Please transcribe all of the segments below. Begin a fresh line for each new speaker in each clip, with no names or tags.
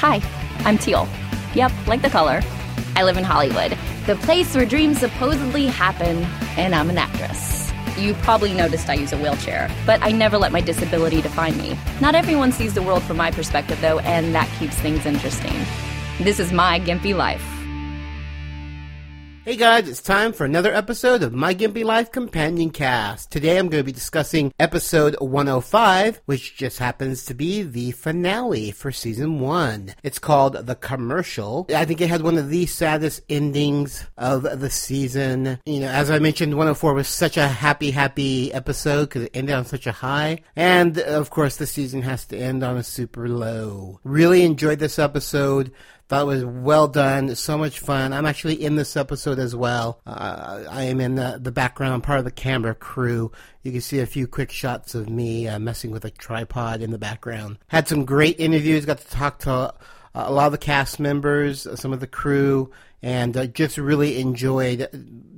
Hi, I'm Teal. Yep, like the color. I live in Hollywood, the place where dreams supposedly happen, and I'm an actress. You probably noticed I use a wheelchair, but I never let my disability define me. Not everyone sees the world from my perspective, though, and that keeps things interesting. This is my gimpy life.
Hey guys, it's time for another episode of My Gimpy Life Companion Cast. Today I'm going to be discussing episode 105, which just happens to be the finale for season one. It's called The Commercial. I think it had one of the saddest endings of the season. You know, as I mentioned, 104 was such a happy, happy episode because it ended on such a high. And of course, the season has to end on a super low. Really enjoyed this episode. Thought it was well done. So much fun. I'm actually in this episode as well. Uh, I am in the, the background, part of the camera crew. You can see a few quick shots of me uh, messing with a tripod in the background. Had some great interviews. Got to talk to uh, a lot of the cast members, uh, some of the crew, and uh, just really enjoyed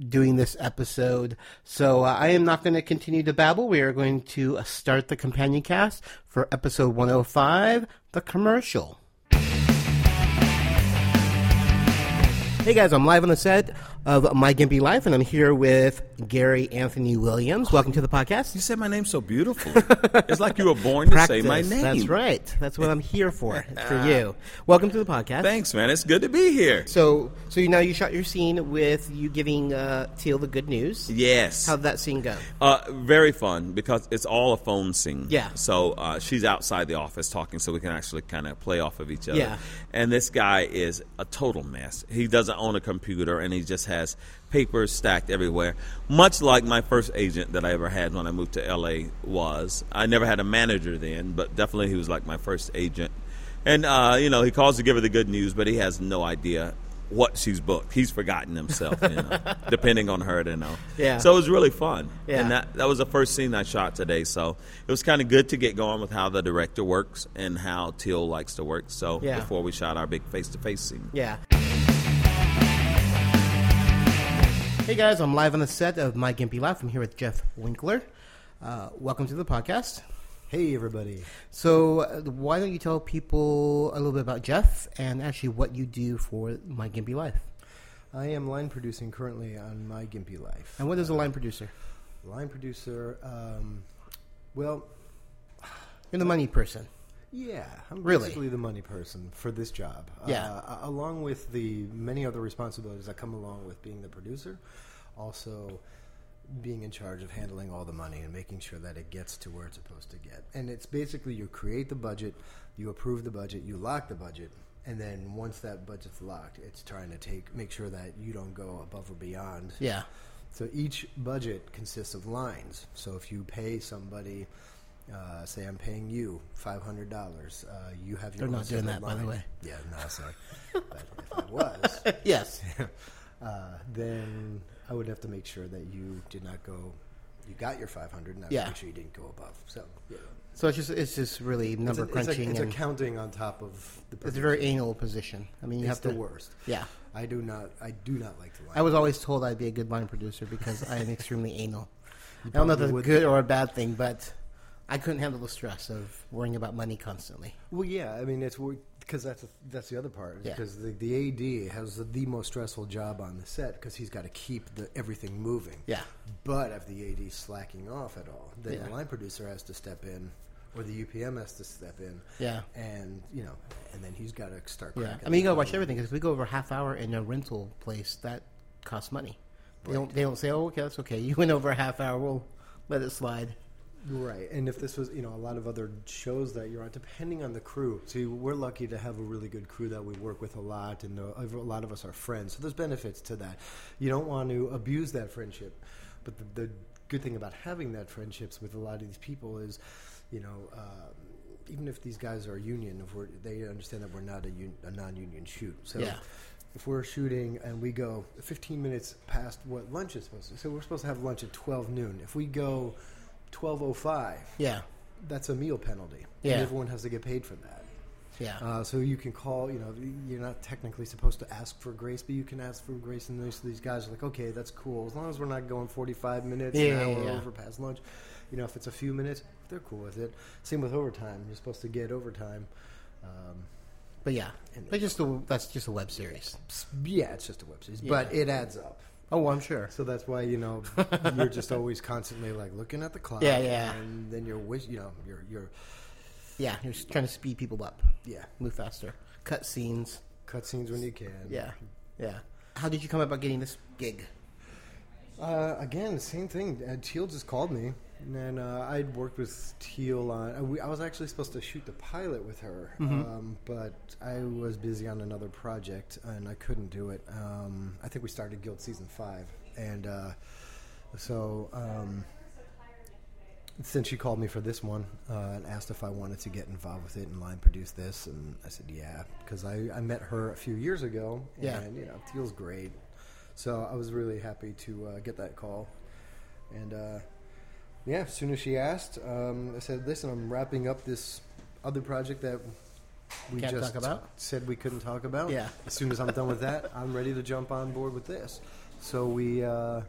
doing this episode. So uh, I am not going to continue to babble. We are going to uh, start the companion cast for episode 105, the commercial. Hey guys, I'm live on the set of My Gimpy Life, and I'm here with Gary Anthony Williams. Welcome to the podcast.
You said my name so beautifully. it's like you were born to say my name.
That's right. That's what I'm here for. for you. Welcome to the podcast.
Thanks, man. It's good to be here.
So, so you, now you shot your scene with you giving uh, Teal the good news.
Yes.
How'd that scene go?
Uh, very fun because it's all a phone scene.
Yeah.
So uh, she's outside the office talking, so we can actually kind of play off of each other.
Yeah.
And this guy is a total mess. He doesn't own a computer, and he just has papers stacked everywhere. Much like my first agent that I ever had when I moved to LA was. I never had a manager then, but definitely he was like my first agent. And uh, you know, he calls to give her the good news, but he has no idea what she's booked. He's forgotten himself, you know, depending on her to know.
Yeah.
So it was really fun.
Yeah.
And that, that was the first scene I shot today. So it was kind of good to get going with how the director works and how Teal likes to work. So
Yeah.
before we shot our big face to face scene.
Yeah. Hey guys, I'm live on the set of My Gimpy Life. I'm here with Jeff Winkler. Uh, welcome to the podcast.
Hey, everybody.
So, uh, why don't you tell people a little bit about Jeff and actually what you do for My Gimpy Life?
I am line producing currently on My Gimpy Life. Uh,
And what is a line producer?
Line producer, um, well,
You're the money person.
yeah, I'm
Really?
basically the money person for this job.
Yeah.
Uh, a- along with the many other responsibilities that come along with being the producer, also being in charge of handling all the money and making sure that it gets to where it's supposed to get. And it's basically you create the budget, you approve the budget, you lock the budget, and then once that budget's locked, it's trying to take make sure that you don't go above or beyond
Yeah.
So each budget consists of lines. So if you pay somebody, uh, say I'm paying you five hundred dollars, uh, you have your.
They're
own
not doing
separate
that, by the
line.
way.
Yeah, no, sorry. but if I was,
Yes.
uh, then I would have to make sure that you did not go. You got your five hundred, and I would
Yeah.
make sure you didn't go above. So yeah.
So it's just it's just really
It's,
number
a, it's, a,
crunching.
it's
and
accounting on top of the.
it's a
budget.
very anal position. I mean, you
It's
have to
the worst.
Yeah.
I do not. I do not like the line.
I was always told I'd be a good wine producer because I am extremely anal. I don't know
probably
if that's a
would
good or a bad thing, but I couldn't handle the stress of worrying about money constantly.
Well, yeah, I mean it's because that's that's the other part
Yeah.
because the, the AD has the, the most stressful job on the set because he's got to keep the everything moving.
Yeah.
But if the AD's slacking off at all, then
Yeah.
the line producer has to step in, or the UPM has to step in.
Yeah.
And you know, and then he's got to start.
Yeah,
cracking
I mean, you
the
gotta watch
code.
everything because we go over a half hour in a rental place that costs money. They don't they don't say, "Oh, okay, that's okay." You went over a half hour, we'll let it slide.
Right, and if this was, you know, a lot of other shows that you're on, depending on the crew. See, we're lucky to have a really good crew that we work with a lot, and uh, a lot of us are friends. So there's benefits to that. You don't want to abuse that friendship, but the, the good thing about having that friendships with a lot of these people is, you know, uh, even if these guys are union, if we're, they understand that we're not a, un, a non-union shoot. So
Yeah.
if we're shooting and we go 15 minutes past what lunch is supposed to so we're supposed to have lunch at 12 noon if we go 1205
Yeah,
that's a meal penalty
Yeah.
and everyone has to get paid for that
yeah,
uh, so you can call you know you're not technically supposed to ask for grace but you can ask for grace and these, these guys are like okay that's cool as long as we're not going 45 minutes
Yeah,
an
yeah,
hour
yeah.
over past lunch you know if it's a few minutes they're cool with it same with overtime you're supposed to get overtime um,
But yeah, but just the, that's just a web series.
Yeah, it's just a web series, but it adds up.
Oh, I'm sure.
So that's why you know you're just always constantly like looking at the clock.
Yeah, yeah.
And then you're wish you know you're you're
Yeah, you're just trying to speed people up.
yeah
Move faster. Cut scenes.
cut scenes when you can.
Yeah, yeah. How did you come about getting this gig?
Uh, again, same thing. Uh, Teal just called me, and then, uh, I'd worked with Teal on. uh, We, I was actually supposed to shoot the pilot with her,
Mm-hmm.
um, but I was busy on another project and I couldn't do it. Um, I think we started Guild season five, and uh, so. Um, since she called me for this one uh, and asked if I wanted to get involved with it and line produce this, and I said yeah because I, I met her a few years ago. And,
Yeah.
you know Teal's great, so I was really happy to uh, get that call, and uh, yeah, as soon as she asked, um, I said, "Listen, I'm wrapping up this other project that." We
Can't
just
talk about?
said we couldn't talk about.
Yeah.
As soon as I'm done with that, I'm ready to jump on board with this. So we uh,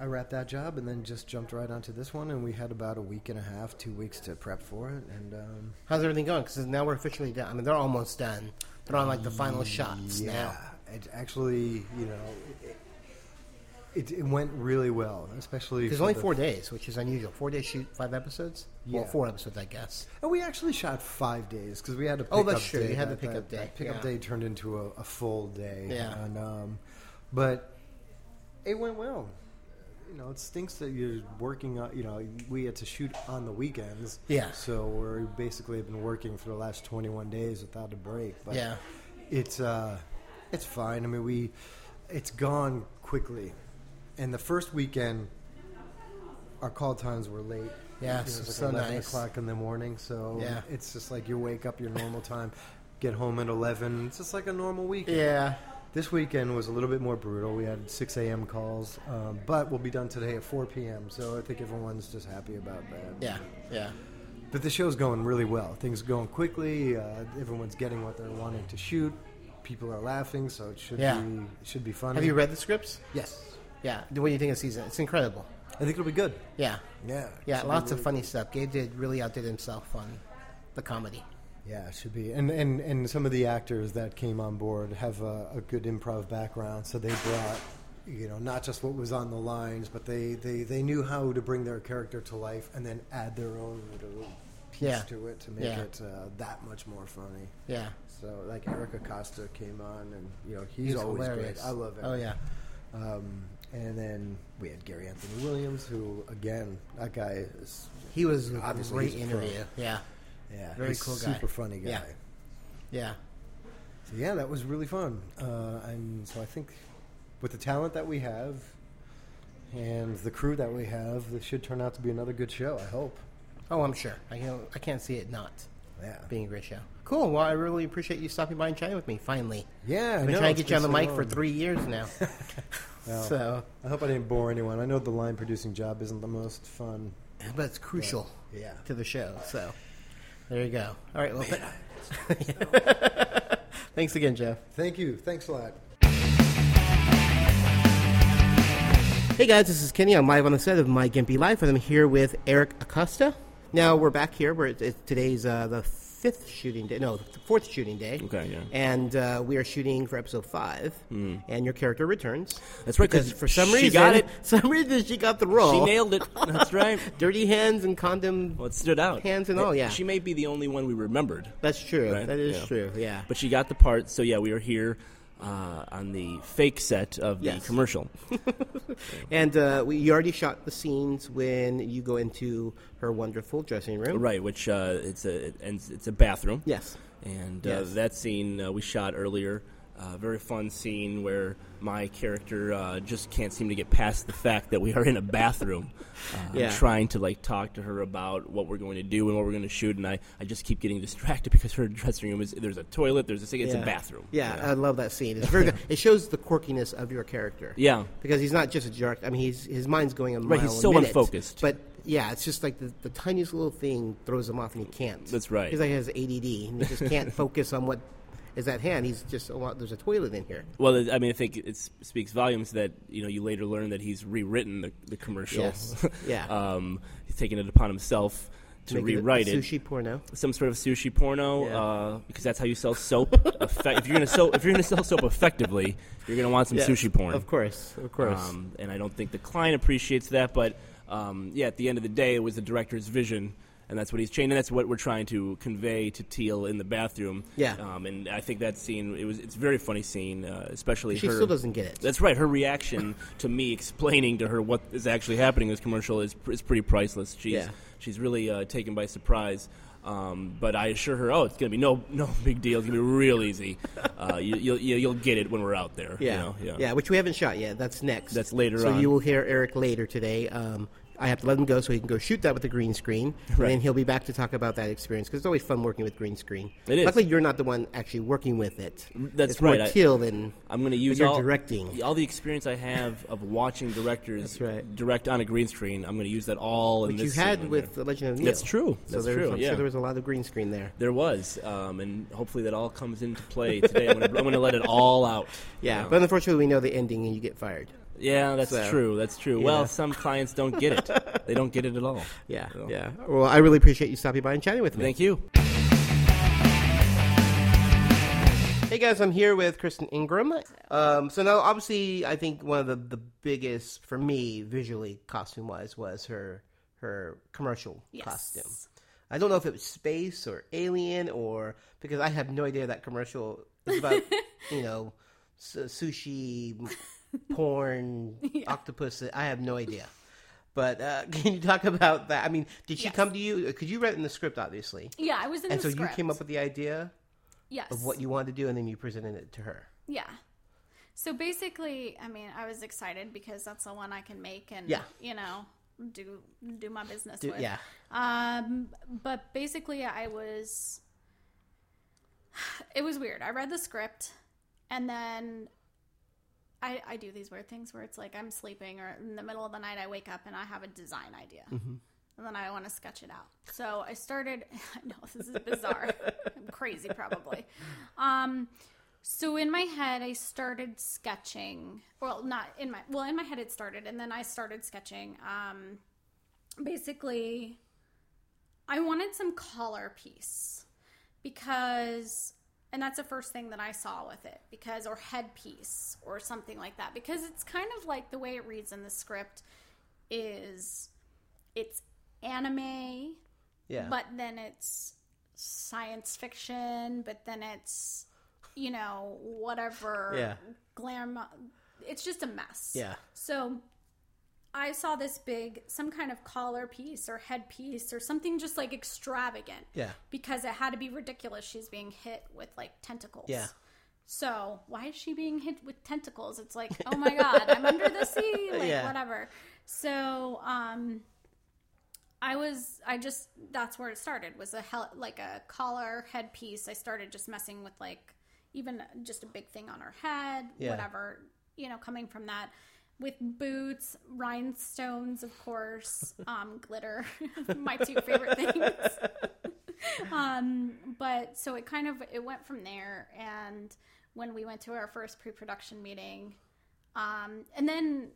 I wrapped that job and then just jumped right onto this one, and we had about a week and a half, two weeks to prep for it, and um,
How's everything going? Because now we're officially done. I mean, they're almost done. They're on like the final shots
Mm, yeah,
now.
it actually, you know, it, it, it went really well, especially
There's
for
only
the-
four days, which is unusual. Four days shoot, five episodes. Well,
Yeah.
four episodes, I guess.
And we actually shot five days because we had a
Oh,
pickup
that's true.
Day.
You had the
That-
pickup
that-
day,
that pickup
yeah.
day turned into a, a full day.
Yeah.
and, um, but it went well. You know, it stinks that you're working on. You know, we had to shoot on the weekends.
Yeah.
So we're basically have been working for the last 21 days without a break. But
Yeah.
It's uh, it's fine. I mean, we, it's gone quickly, and the first weekend, our call times were late.
Yeah,
it was
so
like 11
nice.
o'clock in the morning. So
Yeah.
it's just like you wake up your normal time, get home at eleven. It's just like a normal weekend.
Yeah.
This weekend was a little bit more brutal. We had 6 a.m. calls, um, but we'll be done today at 4 p.m. So I think everyone's just happy about that.
Yeah. Yeah.
But the show's going really well. Things are going quickly. Uh, everyone's getting what they're wanting to shoot. People are laughing, so it should
Yeah.
be it should be funny.
Have you read the scripts?
Yes,
Yeah. What do you think of the season? It's incredible.
I think it'll be good.
Yeah.
Yeah,
Yeah.
Should be
lots
really
of funny stuff. Gabe did really outdid himself on the comedy.
Yeah, it should be. And, and and some of the actors that came on board have a, a good improv background, so they brought, you know, not just what was on the lines, but they, they, they knew how to bring their character to life and then add their own little piece
Yeah.
to it to make
Yeah.
it uh, that much more funny.
Yeah.
So, like Erica Costa came on, and you know he's,
He's
always
hilarious.
great. I love him.
Oh, yeah.
Um, and then we had Gary Anthony Williams, who again, that guy is
He was a
Obviously,
great
he's a pro.
interview. Yeah.
yeah,
Very
he's
cool guy.
super funny guy.
Yeah. Yeah.
So yeah, that was really fun. Uh, and so I think with the talent that we have and the crew that we have, this should turn out to be another good show. I hope.
Oh, I'm sure. I can't, I can't see it not
Yeah.
being a great show. Cool. Well, I really appreciate you stopping by and chatting with me. Finally,
yeah. I
I've been
know,
trying
it's
to get you on the
been so
mic for
long.
three years now.
Well,
So,
I hope I didn't bore anyone. I know the line producing job isn't the most fun.
but it's crucial
Yeah.
to the show. So, there you go. All right. Well, thanks again, Jeff.
Thank you. Thanks a lot.
Hey guys, this is Kenny. I'm live on the set of My Gimpy Life, and I'm here with Eric Acosta. Now we're back here. We're it, today's uh, the fifth shooting day. No, the fourth shooting day.
Okay, yeah. Hmm.
And uh, we are shooting for episode five, and your character returns.
That's right, 'cause
Because for some
she
reason,
got it.
some reason she got the role.
She nailed it. That's right.
Dirty hands and condom.
Well, it stood out.
Hands and all, yeah.
She may be the only one we remembered.
That's true.
right?
That is
Yeah.
true. Yeah.
But she got the part, so yeah, we were here uh, on the fake set of the
Yes.
commercial.
and uh, we, you already shot the scenes when you go into her wonderful dressing room.
right, which uh, it's a it- and it's a bathroom.
Yes.
And uh,
Yes.
that scene uh, we shot earlier. Uh, very fun scene where my character uh, just can't seem to get past the fact that we are in a bathroom, uh,
Yeah.
trying to like talk to her about what we're going to do and what we're going to shoot, and I, I just keep getting distracted because her dressing room is there's a toilet, there's a sink, it's a
Yeah.
bathroom.
Yeah, I love that scene. It's very good. It shows the quirkiness of your character.
Yeah.
because he's not just a jerk. I mean, he's his mind's going a mile
Right, he's
a
so
minute,
unfocused.
But yeah, it's just like the, the tiniest little thing throws him off, and he can't.
That's right.
He's like he has ADD, and he just can't focus on what is at hand. He's just a lot. There's a toilet in here.
Well, it- I mean, I think it s- speaks volumes that you know you later learn that he's rewritten the, the commercial.
Yes. Yeah.
um, he's taken it upon himself to
Make it a
rewrite it.
Sushi porno.
Some sort of sushi porno,
Yeah.
uh, because that's how you sell soap. Effect- if you're gonna so- if you're gonna sell soap effectively, you're gonna want some
Yeah,
sushi porn.
Of course, of course.
Um, and I don't think the client appreciates that, but um, yeah, at the end of the day, it was the director's vision, and that's what he's changing. That's what we're trying to convey to Teal in the bathroom.
Yeah.
Um, and I think that scene it was it's a very funny scene, uh, especially
She
her-
still doesn't get it.
That's right. Her reaction to me explaining to her what is actually happening in this commercial is pr- is pretty priceless. She's
Yeah.
she's really uh, taken by surprise. Um, but I assure her, oh, it's gonna be no no big deal. It's gonna be real easy. Uh, you, you'll you'll you'll get it when we're out there. you
yeah.
know?
yeah, which we haven't shot yet. That's next.
That's later
So
on.
you will hear Eric later today. Um, I have to let him go so he can go shoot that with the green screen,
Right.
and then he'll be back to talk about that experience because it's always fun working with green screen.
It is.
Luckily, you're not the one actually working with it.
That's
it's more
right, I-
Teal than
I'm going to use
you're
all,
directing.
all the experience I have of watching directors
That's right.
direct on a green screen. I'm going to use that all in
which you
this
had
scene right
with The
here.
Legend of Neil.
That's true.
So
That's
there was-
true,
I'm
yeah.
sure there was a lot of green screen there.
There was, um, and hopefully that all comes into play today. I'm going to let it all out.
Yeah,
Um,
but unfortunately, we know the ending, and you get fired.
yeah, that's
So,
true. That's true.
you know.
Well, some clients don't get it. they don't get it at all.
Yeah,
So,
yeah. Well, I really appreciate you stopping by and chatting with me.
Thank you.
Hey guys, I'm here with Kristen Ingram. Um, so now, obviously, I think one of the, the biggest for me visually, costume wise, was her her commercial
Yes.
costume. I don't know if it was space or alien or because I have no idea that commercial is about you know su- sushi, porn, octopus. I have no idea. But uh, can you talk about that? I mean, did she
Yes.
come to you? Because you read it in the script, obviously,
Yeah, I was in
and
the
so
script.
you came up with the idea
Yes.
of what you wanted to do, and then you presented it to her.
yeah. So basically, I mean, I was excited because that's the one I can make and
Yeah.
you know do do my business
Do-
with.
yeah.
Um, but basically, I was. It was weird. I read the script, and then I I do these weird things where it's like I'm sleeping or in the middle of the night I wake up and I have a design idea. And then I want to sketch it out. So I started. I know this is bizarre. I'm crazy, probably. Um, so in my head, I started sketching. Well, not in my well, in my head it started, and then I started sketching. Um, basically, I wanted some collar piece because, and that's the first thing that I saw with it because, or headpiece or something like that because it's kind of like the way it reads in the script is it's anime,
Yeah.
but then it's science fiction, but then it's you know whatever
Yeah.
glam. It's just a mess.
Yeah.
So I saw this big some kind of collar piece or headpiece or something just like extravagant.
Yeah.
Because it had to be ridiculous. She's being hit with like tentacles.
Yeah.
So why is she being hit with tentacles? It's like, oh my god, I'm under the sea, like
Yeah.
whatever. So um, I was, I just that's where it started was a hel- like a collar headpiece. I started just messing with like even just a big thing on her head,
Yeah.
whatever you know, coming from that. With boots, rhinestones, of course, um, glitter, my two favorite things um but so it kind of it went from there and when we went to our first pre-production meeting um and then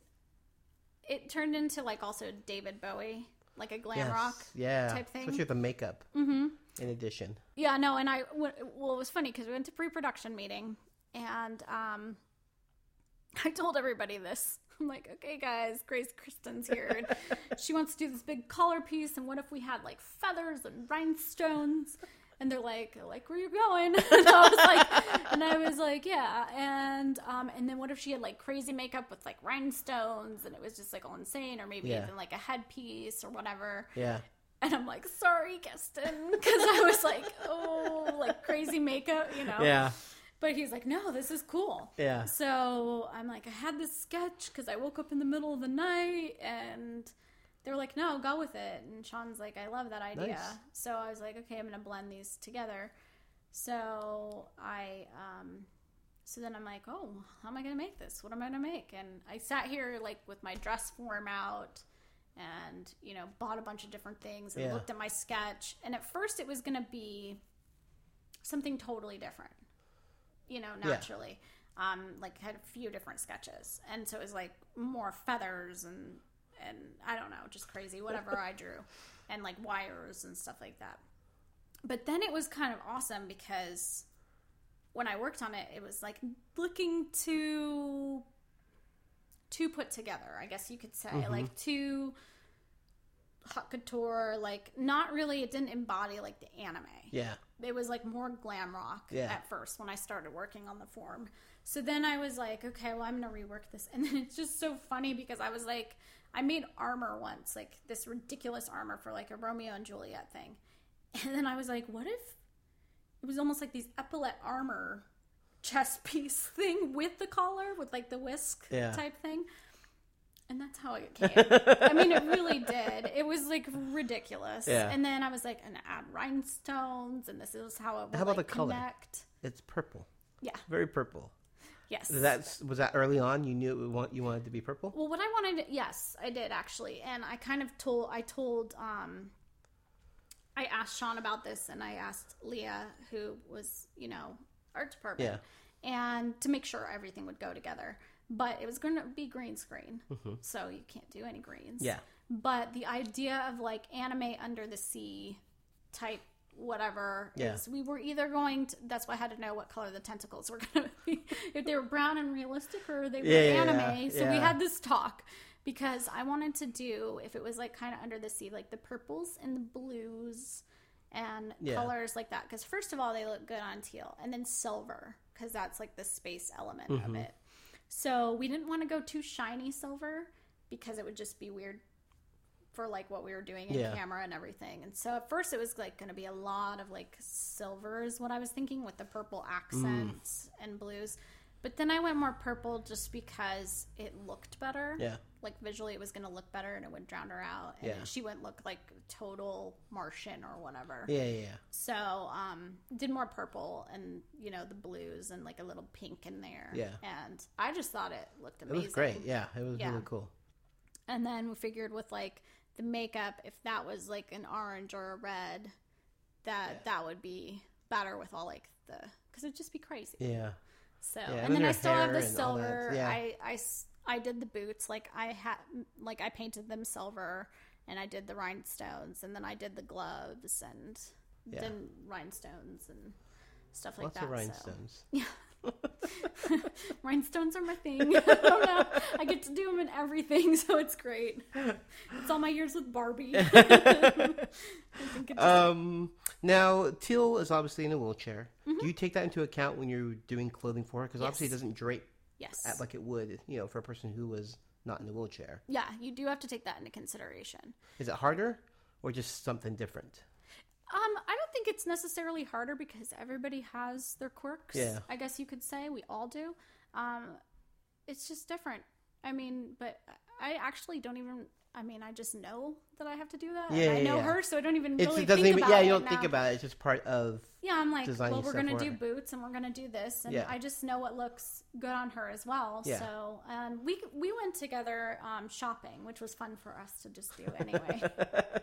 it turned into like also david bowie like a glam
Yes,
rock
yeah,
type thing
especially with the makeup. Mm-hmm. In addition,
yeah, no, and I w- well, it was funny because we went to pre-production meeting, and um, I told everybody this. I'm like, okay, guys, Grace Kristen's here, and she wants to do this big collar piece, and what if we had like feathers and rhinestones? And they're like, like, where you going? And I was like, and I was like, yeah, and um, and then what if she had like crazy makeup with like rhinestones, and it was just like all insane, or maybe
Yeah.
even like a headpiece or whatever.
yeah,
And I'm like, sorry, Keston, because I was like, oh, like crazy makeup, you know.
yeah,
But he's like, no, this is cool.
Yeah.
So I'm like, I had this sketch because I woke up in the middle of the night, and they're like, no, go with it. And Sean's like, I love that idea.
Nice.
So I was like, okay, I'm gonna blend these together. So I, um, so then I'm like, oh, how am I gonna make this? What am I gonna make? And I sat here like with my dress form out and you know bought a bunch of different things and
Yeah.
looked at my sketch and at first it was going to be something totally different you know naturally um like had a few different sketches and so it was like more feathers and and I don't know, just crazy, whatever I drew, and like wires and stuff like that. But then it was kind of awesome because when I worked on it, it was like looking to too put together, I guess you could say, like too hot couture, like not really. It didn't embody like the anime
Yeah.
it was like more glam rock
Yeah.
at first when I started working on the form. So then I was like, okay, well, I'm going to rework this. And then it's just so funny because I was like, I made armor once, like this ridiculous armor for like a Romeo and Juliet thing. And then I was like, what if it was almost like these epaulet armor chest piece thing with the collar, with like the whisk
Yeah.
type thing? And that's how it came. I mean, it really did. It was like ridiculous.
Yeah.
And then I was like, and add rhinestones, and this is how it would
How about
like,
the color?
connect.
It's purple.
Yeah.
Very purple.
Yes.
That's was that early on? You knew it want, you wanted to be purple.
well, what I wanted, yes, I did actually, and I kind of told, I told, um, I asked Sean about this, and I asked Leah, who was, you know, art department, and to make sure everything would go together. But it was going to be green screen, so you can't do any greens.
Mm-hmm. Yeah.
but the idea of like anime under the sea type whatever
Yeah.
is we were either going to that's why i had to know what color the tentacles were going to be if they were brown and realistic or they were
Yeah, yeah,
anime
yeah,
so we
yeah.
had this talk because i wanted to do if it was like kind of under the sea like the purples and the blues and
Yeah.
colors like that because first of all they look good on teal and then silver because that's like the space element
Mm-hmm.
of it so we didn't want to go too shiny silver because it would just be weird for like what we were doing in
Yeah.
camera and everything. And so at first it was like going to be a lot of like silver is what I was thinking with the purple accents
Mm.
and blues. But then I went more purple just because it looked better.
Yeah.
Like visually it was going to look better and it would drown her out and
Yeah.
she wouldn't look like total Martian or whatever.
Yeah, yeah, yeah.
So, um, did more purple and you know the blues and like a little pink in there.
Yeah.
And I just thought it looked
It
amazing.
was great. Yeah, it was
Yeah.
really cool.
And then we figured with like the makeup, if that was like an orange or a red, that that would be better with all like the because it'd just be crazy.
Yeah,
So
and
and
then
then I
her
still have
hair
the
and all that,
silver.
yeah.
I I s I I did the boots like I had like I painted them silver and I did the rhinestones and then I did the gloves and
Yeah.
then rhinestones and stuff like
lots
that.
of
so.
rhinestones.
Rhinestones are my thing. I don't know. I get to do them in everything, so it's great. It's all my years with Barbie. I think it's
Um, now Teal is obviously in a wheelchair. Do you take that into account when you're doing clothing for her? Because obviously it
Mm-hmm. Yes.
doesn't drape
yes.
at like it would, you know, for a person who was not in a wheelchair.
yeah, you do have to take that into consideration.
Is it harder or just something different?
Um, I don't think it's necessarily harder because everybody has their quirks.
Yeah.
I guess you could say we all do. Um, it's just different. I mean, but I actually don't even. I mean, I just know that I have to do that. and
Yeah,
Uh, I
yeah,
know
yeah.
her, so I don't even
It's,
really
it doesn't
think
even.
about
Yeah,
it
you don't think
now.
about it. It's just part of.
Yeah, I'm like,
design
well, we're
yourself
gonna
for
do
her.
boots and we're gonna do this, and
Yeah.
I just know what looks good on her as well.
Yeah.
So, and we we went together um, shopping, which was fun for us to just do anyway.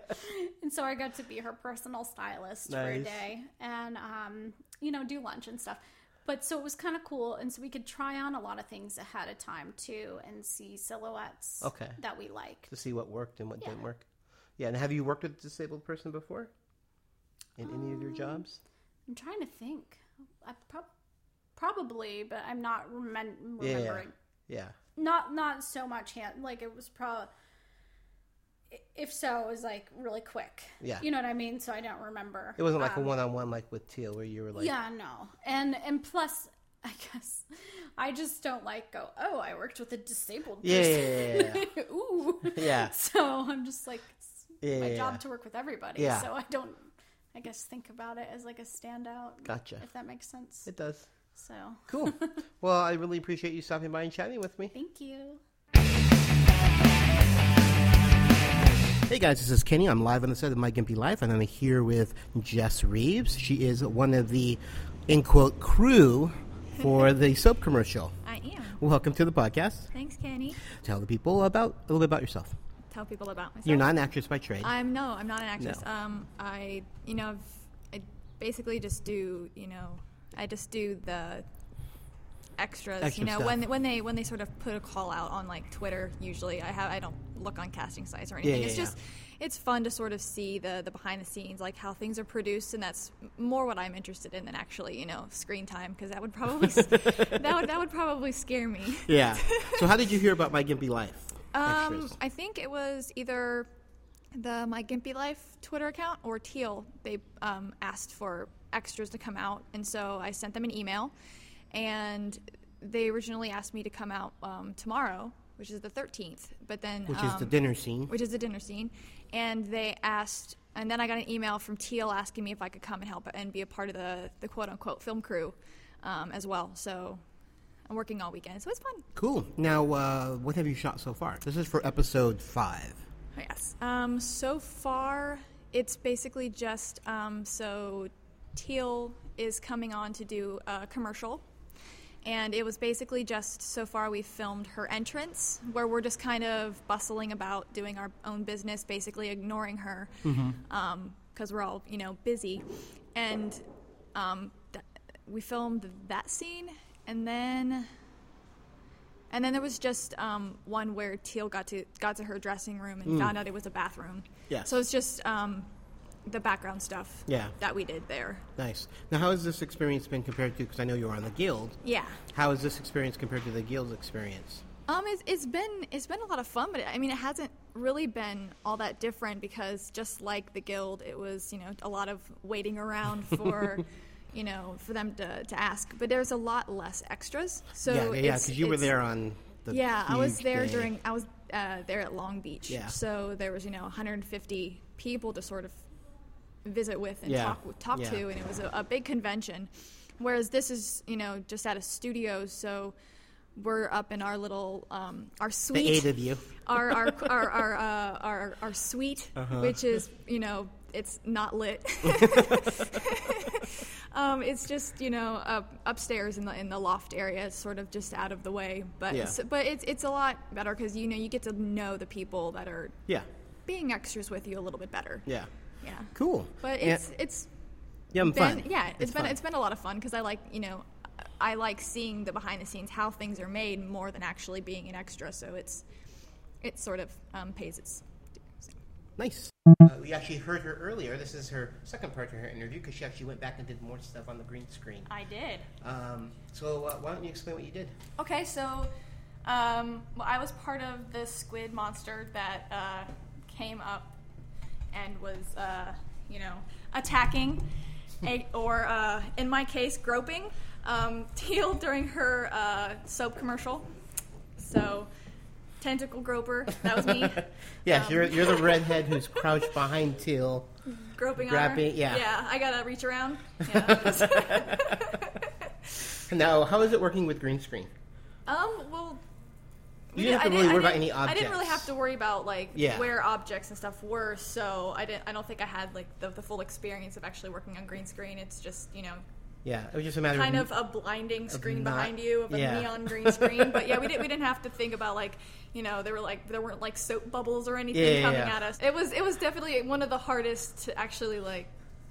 and so I got to be her personal stylist for a
Nice.
day, and um, you know, do lunch and stuff. But so it was kind of cool, and so we could try on a lot of things ahead of time too, and see silhouettes
Okay.
that we liked.
to see what worked and what didn't work. Yeah, and have you worked with a disabled person before? In any of
Um,
your jobs?
I'm trying to think. I prob- probably, but I'm not remem-
Yeah,
remembering.
Yeah.
not not so much hand like it was probably if so it was like really quick
Yeah.
you know what i mean so i don't remember Um,
It wasn't like a one on one like with Teal where you were like
uh, yeah no and and plus i guess i just don't like go oh i worked with a disabled
Yeah, yeah,
person
yeah, yeah,
ooh
Yeah.
so i'm just like it's
Yeah,
my
yeah,
job
yeah.
to work with everybody
Yeah.
so i don't i guess think about it as like a standout
Gotcha.
if that makes sense
It does.
so
Cool. well, I really appreciate you stopping by and chatting with me.
thank you
Hey guys, this is Kenny. I'm live on the set of My Gimpy Life, and I'm here with Jess Reeves. She is one of the, in quote, crew for the soap commercial.
I am.
Welcome to the podcast.
Thanks, Kenny.
Tell the people about a little bit about yourself.
Tell people about myself.
You're not an actress by trade.
I'm no. I'm not an actress.
No.
Um, I you know I've, I basically just do you know I just do the extras.
Extra
you know,
stuff.
when when they when they sort of put a call out on like Twitter. Usually, I have I don't look on casting sites or anything.
yeah,
it's
yeah.
just it's fun to sort of see the the behind the scenes, like how things are produced, and that's more what I'm interested in than actually you know screen time because that would probably s- that would that would probably scare me.
Yeah. so how did you hear about My Gimpy Life?
Um,
Extras.
I think it was either the My Gimpy Life Twitter account or Teal. They um, asked for extras to come out, and so I sent them an email, and they originally asked me to come out um, tomorrow, which is the 13th. But then,
Which is the
um,
dinner scene.
which is the dinner scene, and they asked, and then I got an email from Teal asking me if I could come and help and be a part of the the quote unquote film crew um, as well. So I'm working all weekend, so it's fun.
Cool. Now, uh, what have you shot so far? This is for episode five.
Yes. Um, so far, it's basically just um, so Teal is coming on to do a commercial. And it was basically just so far we filmed her entrance, where we're just kind of bustling about doing our own business, basically ignoring her
Mm-hmm.
because um, we're all, you know, busy. And um, th- we filmed that scene, and then and then there was just um, one where Teal got to got to her dressing room and found out it was a bathroom.
Mm. Yes.
So it's just um, the background stuff.
Yeah.
That we did there.
Nice. Now, how has this experience been compared to? Because I know you were on the guild.
Yeah.
How is this experience compared to the guild's experience?
Um, it's, it's been it's been a lot of fun, but it, I mean, it hasn't really been all that different because just like the guild, it was you know a lot of waiting around for. You know, for them to, to ask, but there's a lot less extras. So
yeah, yeah,
it's-
because you were
it's-
there on the
yeah i was
huge
there
day.
during i was uh, there at long beach
Yeah.
so there was you know 150 people to sort of visit with and
Yeah.
talk talk
Yeah.
to and it was a, a big convention whereas this is you know just at a studio so we're up in our little um, our
the
suite
eight of you.
our our our our, uh, our, our suite,
Uh-huh.
which is you know it's not lit. um, it's just you know up, upstairs in the in the loft area, it's sort of just out of the way. But
Yeah.
s- but it's it's a lot better because you know you get to know the people that are
Yeah,
being extras with you a little bit better.
yeah,
Yeah.
cool.
But
Yeah,
it's it's
yeah, I'm
been
fun.
yeah it's been
fun.
it's been a lot of fun because I like you know. I like seeing the behind the scenes how things are made more than actually being an extra. So it's it sort of um, pays its
Nice. Uh, we actually heard her earlier. This is her second part of her interview because she actually went back and did more stuff on the green screen.
I did.
Um, so uh, why don't you explain what you did?
Okay, so um, well, I was part of the squid monster that uh, came up and was, uh, you know, attacking, a, or uh, in my case, groping um, Teal during her uh, soap commercial. So, tentacle groper, that was me,
Yes, you're you're the redhead who's crouched behind Teal.
groping on
Grabbing-
her.
yeah.
yeah, I gotta reach around. Yeah.
Now, how is it working with green screen?
um, well,
You didn't
I
have to really
I
worry about
didn't-
any objects.
I didn't really have to worry about like
Yeah.
where objects and stuff were, so I didn't. I don't think I had like the, the full experience of actually working on green screen. It's just you know
Yeah, it was just a matter
kind
of
of a blinding screen
not-
behind you of a
yeah.
neon green screen. but yeah, we didn't we didn't have to think about like you know there were like there weren't like soap bubbles or anything
Yeah, yeah,
coming
yeah.
at us. It was it was definitely one of the hardest to actually like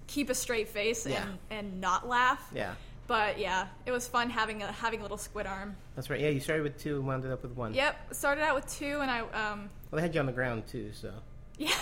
keep a straight face
Yeah.
and and not laugh.
Yeah.
But yeah, it was fun having a having a little squid arm.
That's right. Yeah, you started with two and wound it up with one.
Yep, started out with two, and I um,
Well, they had you on the ground too, so
yeah.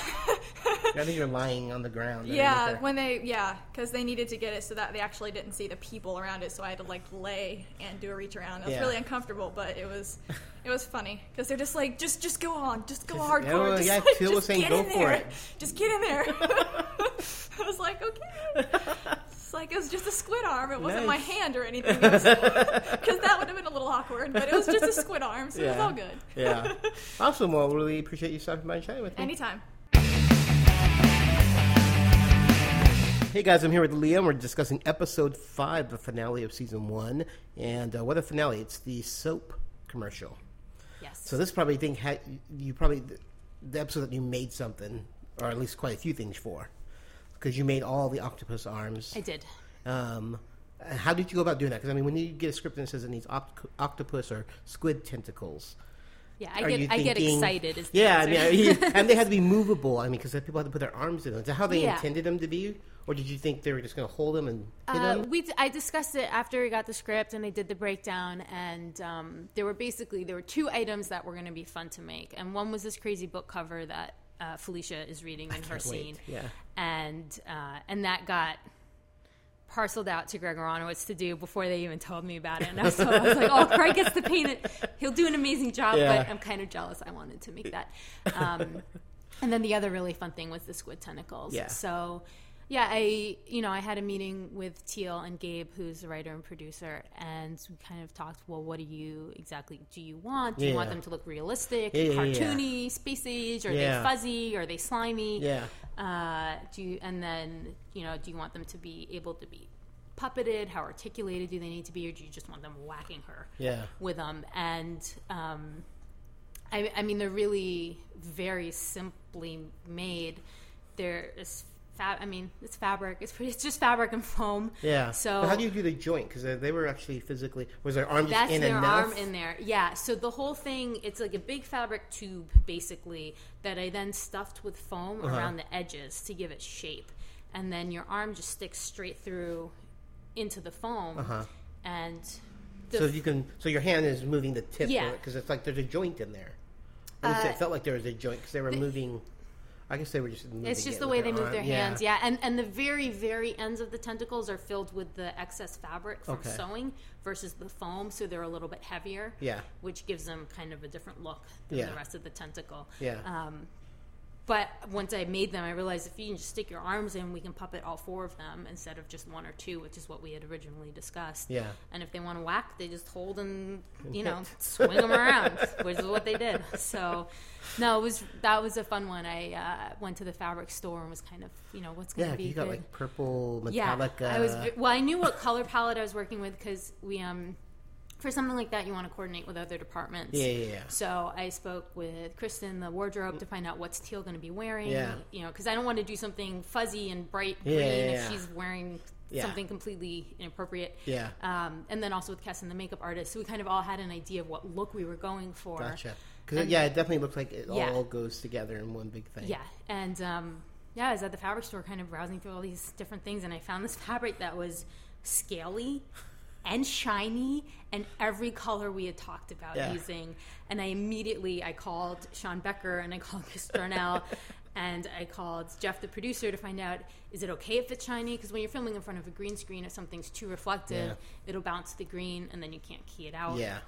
I think you're lying on the ground. underneath
Yeah,
her.
when they yeah, because they needed to get it so that they actually didn't see the people around it. So I had to like lay and do a reach around. It was
Yeah.
really uncomfortable, but it was it was funny because they're just like just just go on, just go
Just-
hardcore.
oh,
just,
yeah, Teal
just
was saying,
get
"Go
in
for
there.
it."
Just get in there. I was like, okay. It's like it was just a squid arm. It wasn't
Nice.
my hand or anything, because that would have been a little awkward. But it was just a squid arm, so it was
Yeah.
all good.
yeah. Awesome. Well, really appreciate you stopping by and chatting with me.
Anytime.
Hey guys, I'm here with Liam. We're discussing episode five, the finale of season one, and uh, what a finale! It's the soap commercial.
Yes.
So this probably thing had you probably the episode that you made something, or at least quite a few things for, because you made all the octopus arms.
I did.
Um, how did you go about doing that? Because I mean, when you get a script and it says it needs oct- octopus or squid tentacles,
Yeah, I
are you
get I get
thinking-
excited. Is the
yeah, I
answer.
mean, I- and they had to be movable. I mean, because people had to put their arms in them. Is that how they
Yeah.
intended them to be, Or did you think they were just going to hold him and hit
Uh,
him?
we d- I discussed it after we got the script and I did the breakdown, and um, there were basically there were two items that were going to be fun to make, and one was this crazy book cover that uh, Felicia is reading in her scene,
yeah.
and uh, and that got parceled out to Greg Aronowitz to do before they even told me about it, and I was, so, I was like, oh, Greg gets to paint it, he'll do an amazing job,
Yeah.
but I'm kind of jealous. I wanted to make that. Um, And then the other really fun thing was the squid tentacles.
Yeah.
So, yeah, I you know I had a meeting with Teal and Gabe, who's the writer and producer, and we kind of talked. Well, what do you exactly do you want? Do you want
Yeah.
them to look realistic,
Yeah, yeah, yeah.
cartoony, space age? Are
Yeah.
they fuzzy? Are they slimy?
Yeah.
Uh, do you, and then you know do you want them to be able to be puppeted? How articulated do they need to be, or do you just want them whacking her?
Yeah.
with them and. Um, I, I mean, they're really very simply made. There is, fa- I mean, it's fabric. It's pretty. It's just fabric and foam.
Yeah.
So
But how do you do the joint? Because they were actually physically. Was their arm just
that's
in
their
enough?
arm in there. Yeah. So the whole thing, it's like a big fabric tube, basically, that I then stuffed with foam
Uh-huh.
around the edges to give it shape, and then your arm just sticks straight through into the foam, and the
Uh-huh. so you can. So your hand is moving the tip.
Yeah. Uh,
Because it's like there's a joint in there. At least it felt like there was a joint because they were moving. I guess they were just. Moving
It's just
it
the
with
way they move
arm.
their hands, yeah. And and the very very ends of the tentacles are filled with the excess fabric from
Okay.
sewing versus the foam, so they're a little bit heavier.
Yeah.
which gives them kind of a different look than
Yeah.
the rest of the tentacle.
Yeah.
Um, but once I made them, I realized if you can just stick your arms in, we can puppet all four of them instead of just one or two, which is what we had originally discussed.
Yeah.
And if they want to whack, they just hold and you know
hit.
swing them around, which is what they did. So, no, it was that was a fun one. I uh, went to the fabric store and was kind of you know what's going
Yeah,
to be
you got
good.
like purple,
yeah,
metallic.
I was
uh,
ve- well. I knew what color palette I was working with because we um for something like that you want to coordinate with other departments.
Yeah, yeah, yeah.
So I spoke with Kristen, the wardrobe, to find out what's Teal going to be wearing.
Yeah.
You know, because I don't want to do something fuzzy and bright
Yeah,
green
yeah, yeah.
if she's wearing
Yeah.
something completely inappropriate.
Yeah.
Um, and then also with Kessin, the makeup artist, so we kind of all had an idea of what look we were going for.
Gotcha. 'Cause it- yeah, it definitely looks like it
Yeah.
all goes together in one big thing.
Yeah, and um, yeah, I was at the fabric store, kind of browsing through all these different things, and I found this fabric that was scaly and shiny and every color we had talked about
Yeah.
using. And I immediately I called Sean Becker and I called Chris Darnell. And I called Jeff, the producer, to find out is it okay if it's shiny? Because when you're filming in front of a green screen, if something's too reflective,
Yeah.
it'll bounce the green, and then you can't key it out
Yeah.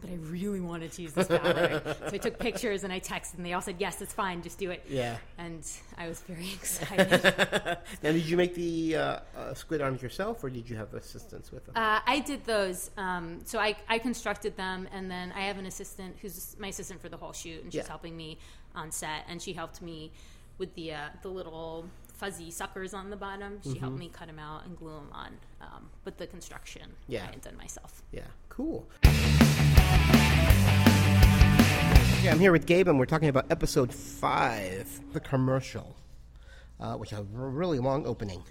but I really wanted to use this fabric. so I took pictures and I texted, and they all said, "Yes, it's fine, just do it."
Yeah.
and I was very excited. uh,
Now, did you make the uh, uh, squid arms yourself, or did you have assistance with them?
Uh, I did those, um, so I, I constructed them, and then I have an assistant who's my assistant for the whole shoot, and she's
Yeah.
helping me on set, and she helped me with the uh, the little fuzzy suckers on the bottom. She
Mm-hmm.
helped me cut them out and glue them on, um, but the construction
Yeah.
I had done myself.
Yeah, cool. Yeah, I'm here with Gabe, and we're talking about episode five, the commercial, uh, which has a r- really long opening.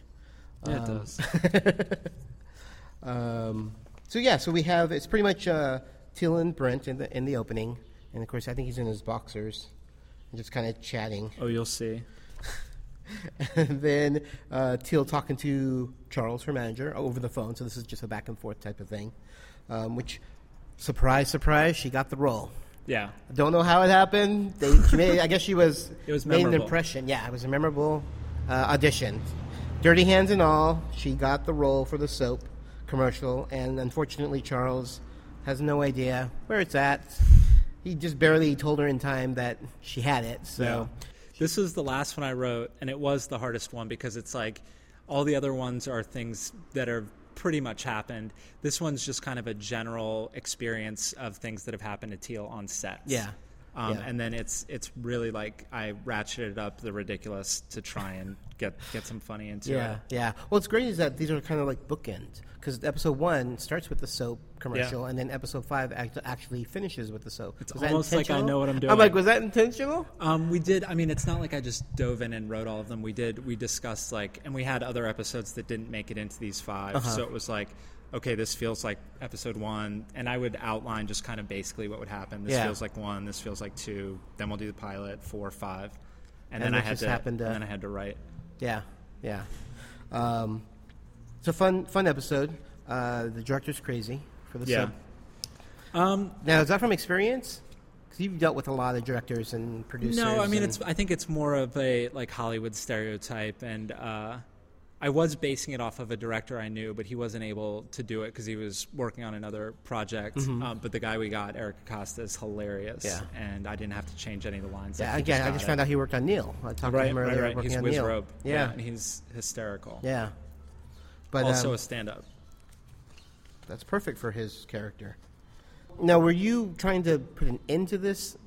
Yeah, it does.
Um, so yeah, so we have it's pretty much uh, Till and Brent in the in the opening, and of course I think he's in his boxers, and just kind of chatting.
oh, you'll see.
and then uh, Teal talking to Charles, her manager, over the phone. So this is just a back and forth type of thing. Um, which, surprise, surprise, she got the role.
Yeah,
I don't know how it happened. They, she made, I guess she was,
It was
made an
memorable.
impression. Yeah, it was a memorable uh, audition. Dirty hands and all, she got the role for the soap commercial, and unfortunately, Charles has no idea where it's at. He just barely told her in time that she had it. So,
This was the last one I wrote, and it was the hardest one because it's like all the other ones are things that are pretty much happened. This one's just kind of a general experience of things that have happened to Teal on sets.
Yeah.
Um,
Yeah.
And then it's it's really like I ratcheted up the ridiculous to try and get get some funny into
Yeah,
it.
yeah. Well, what's great is that these are kind of like bookends because episode one starts with the soap commercial, and then episode five act- actually finishes with the soap. It's
almost like I know what I'm doing.
I'm like, was that intentional?
Um, we did. I mean, it's not like I just dove in and wrote all of them. We did. We discussed like, and we had other episodes that didn't make it into these 5
Uh-huh.
So it was like, okay, this feels like episode one, and I would outline just kind of basically what would happen. This
Yeah.
feels like one. This feels like two. Then we'll do the pilot four, five, and,
And
then I
it
had
just
to.
happened to-
and then I had to write.
Yeah, yeah. Um, it's a fun fun episode. Uh, the director's crazy for the
Yeah. Um,
sub. Now, is that from experience? Because you've dealt with a lot of directors and producers.
No, I mean
and-
it's. I think it's more of a like Hollywood stereotype, and uh, I was basing it off of a director I knew, but he wasn't able to do it because he was working on another project. Um, but the guy we got, Eric Acosta, is hilarious,
Mm-hmm. Yeah.
and I didn't have to change any of the lines.
yeah. Again, I just found out he worked on Neil. I talked to
Right,
him
right,
earlier.
right.
Working
He's
on
Wiz
Neil.
Robe.
Yeah.
and he's hysterical.
Yeah. But
also
um,
a stand-up.
that's perfect for his character. Now, were you trying to put an end to this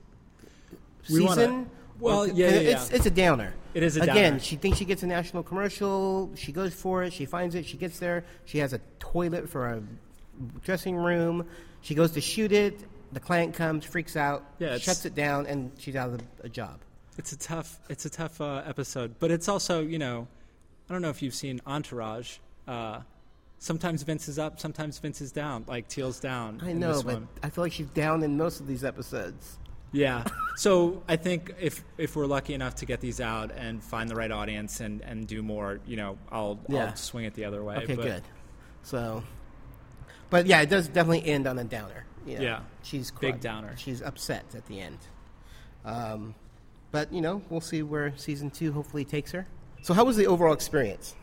We wanna-
season?
well,
Or-
yeah,
and
yeah,
it's
yeah.
it's a downer.
It is a
again.
downer.
She thinks she gets a national commercial. She goes for it. She finds it. She gets there. She has a toilet for a dressing room. She goes to shoot it. The client comes, freaks out,
Yeah, it's-
shuts it down, and she's out of the, a job.
It's a tough. It's a tough uh, episode, but it's also you know, I don't know if you've seen Entourage. Uh, sometimes Vince is up, sometimes Vince is down. Like Teal's down.
I
in
know,
this
but
one.
I feel like she's down in most of these episodes.
yeah. so I think if if we're lucky enough to get these out and find the right audience and and do more, you know, I'll
Yeah.
I'll swing it the other way.
Okay,
but
good. So, but yeah, it does definitely end on a downer. you know.
Yeah.
she's
Big
crud-
downer.
She's upset at the end. Um, but you know, we'll see where season two hopefully takes her. So, how was the overall experience?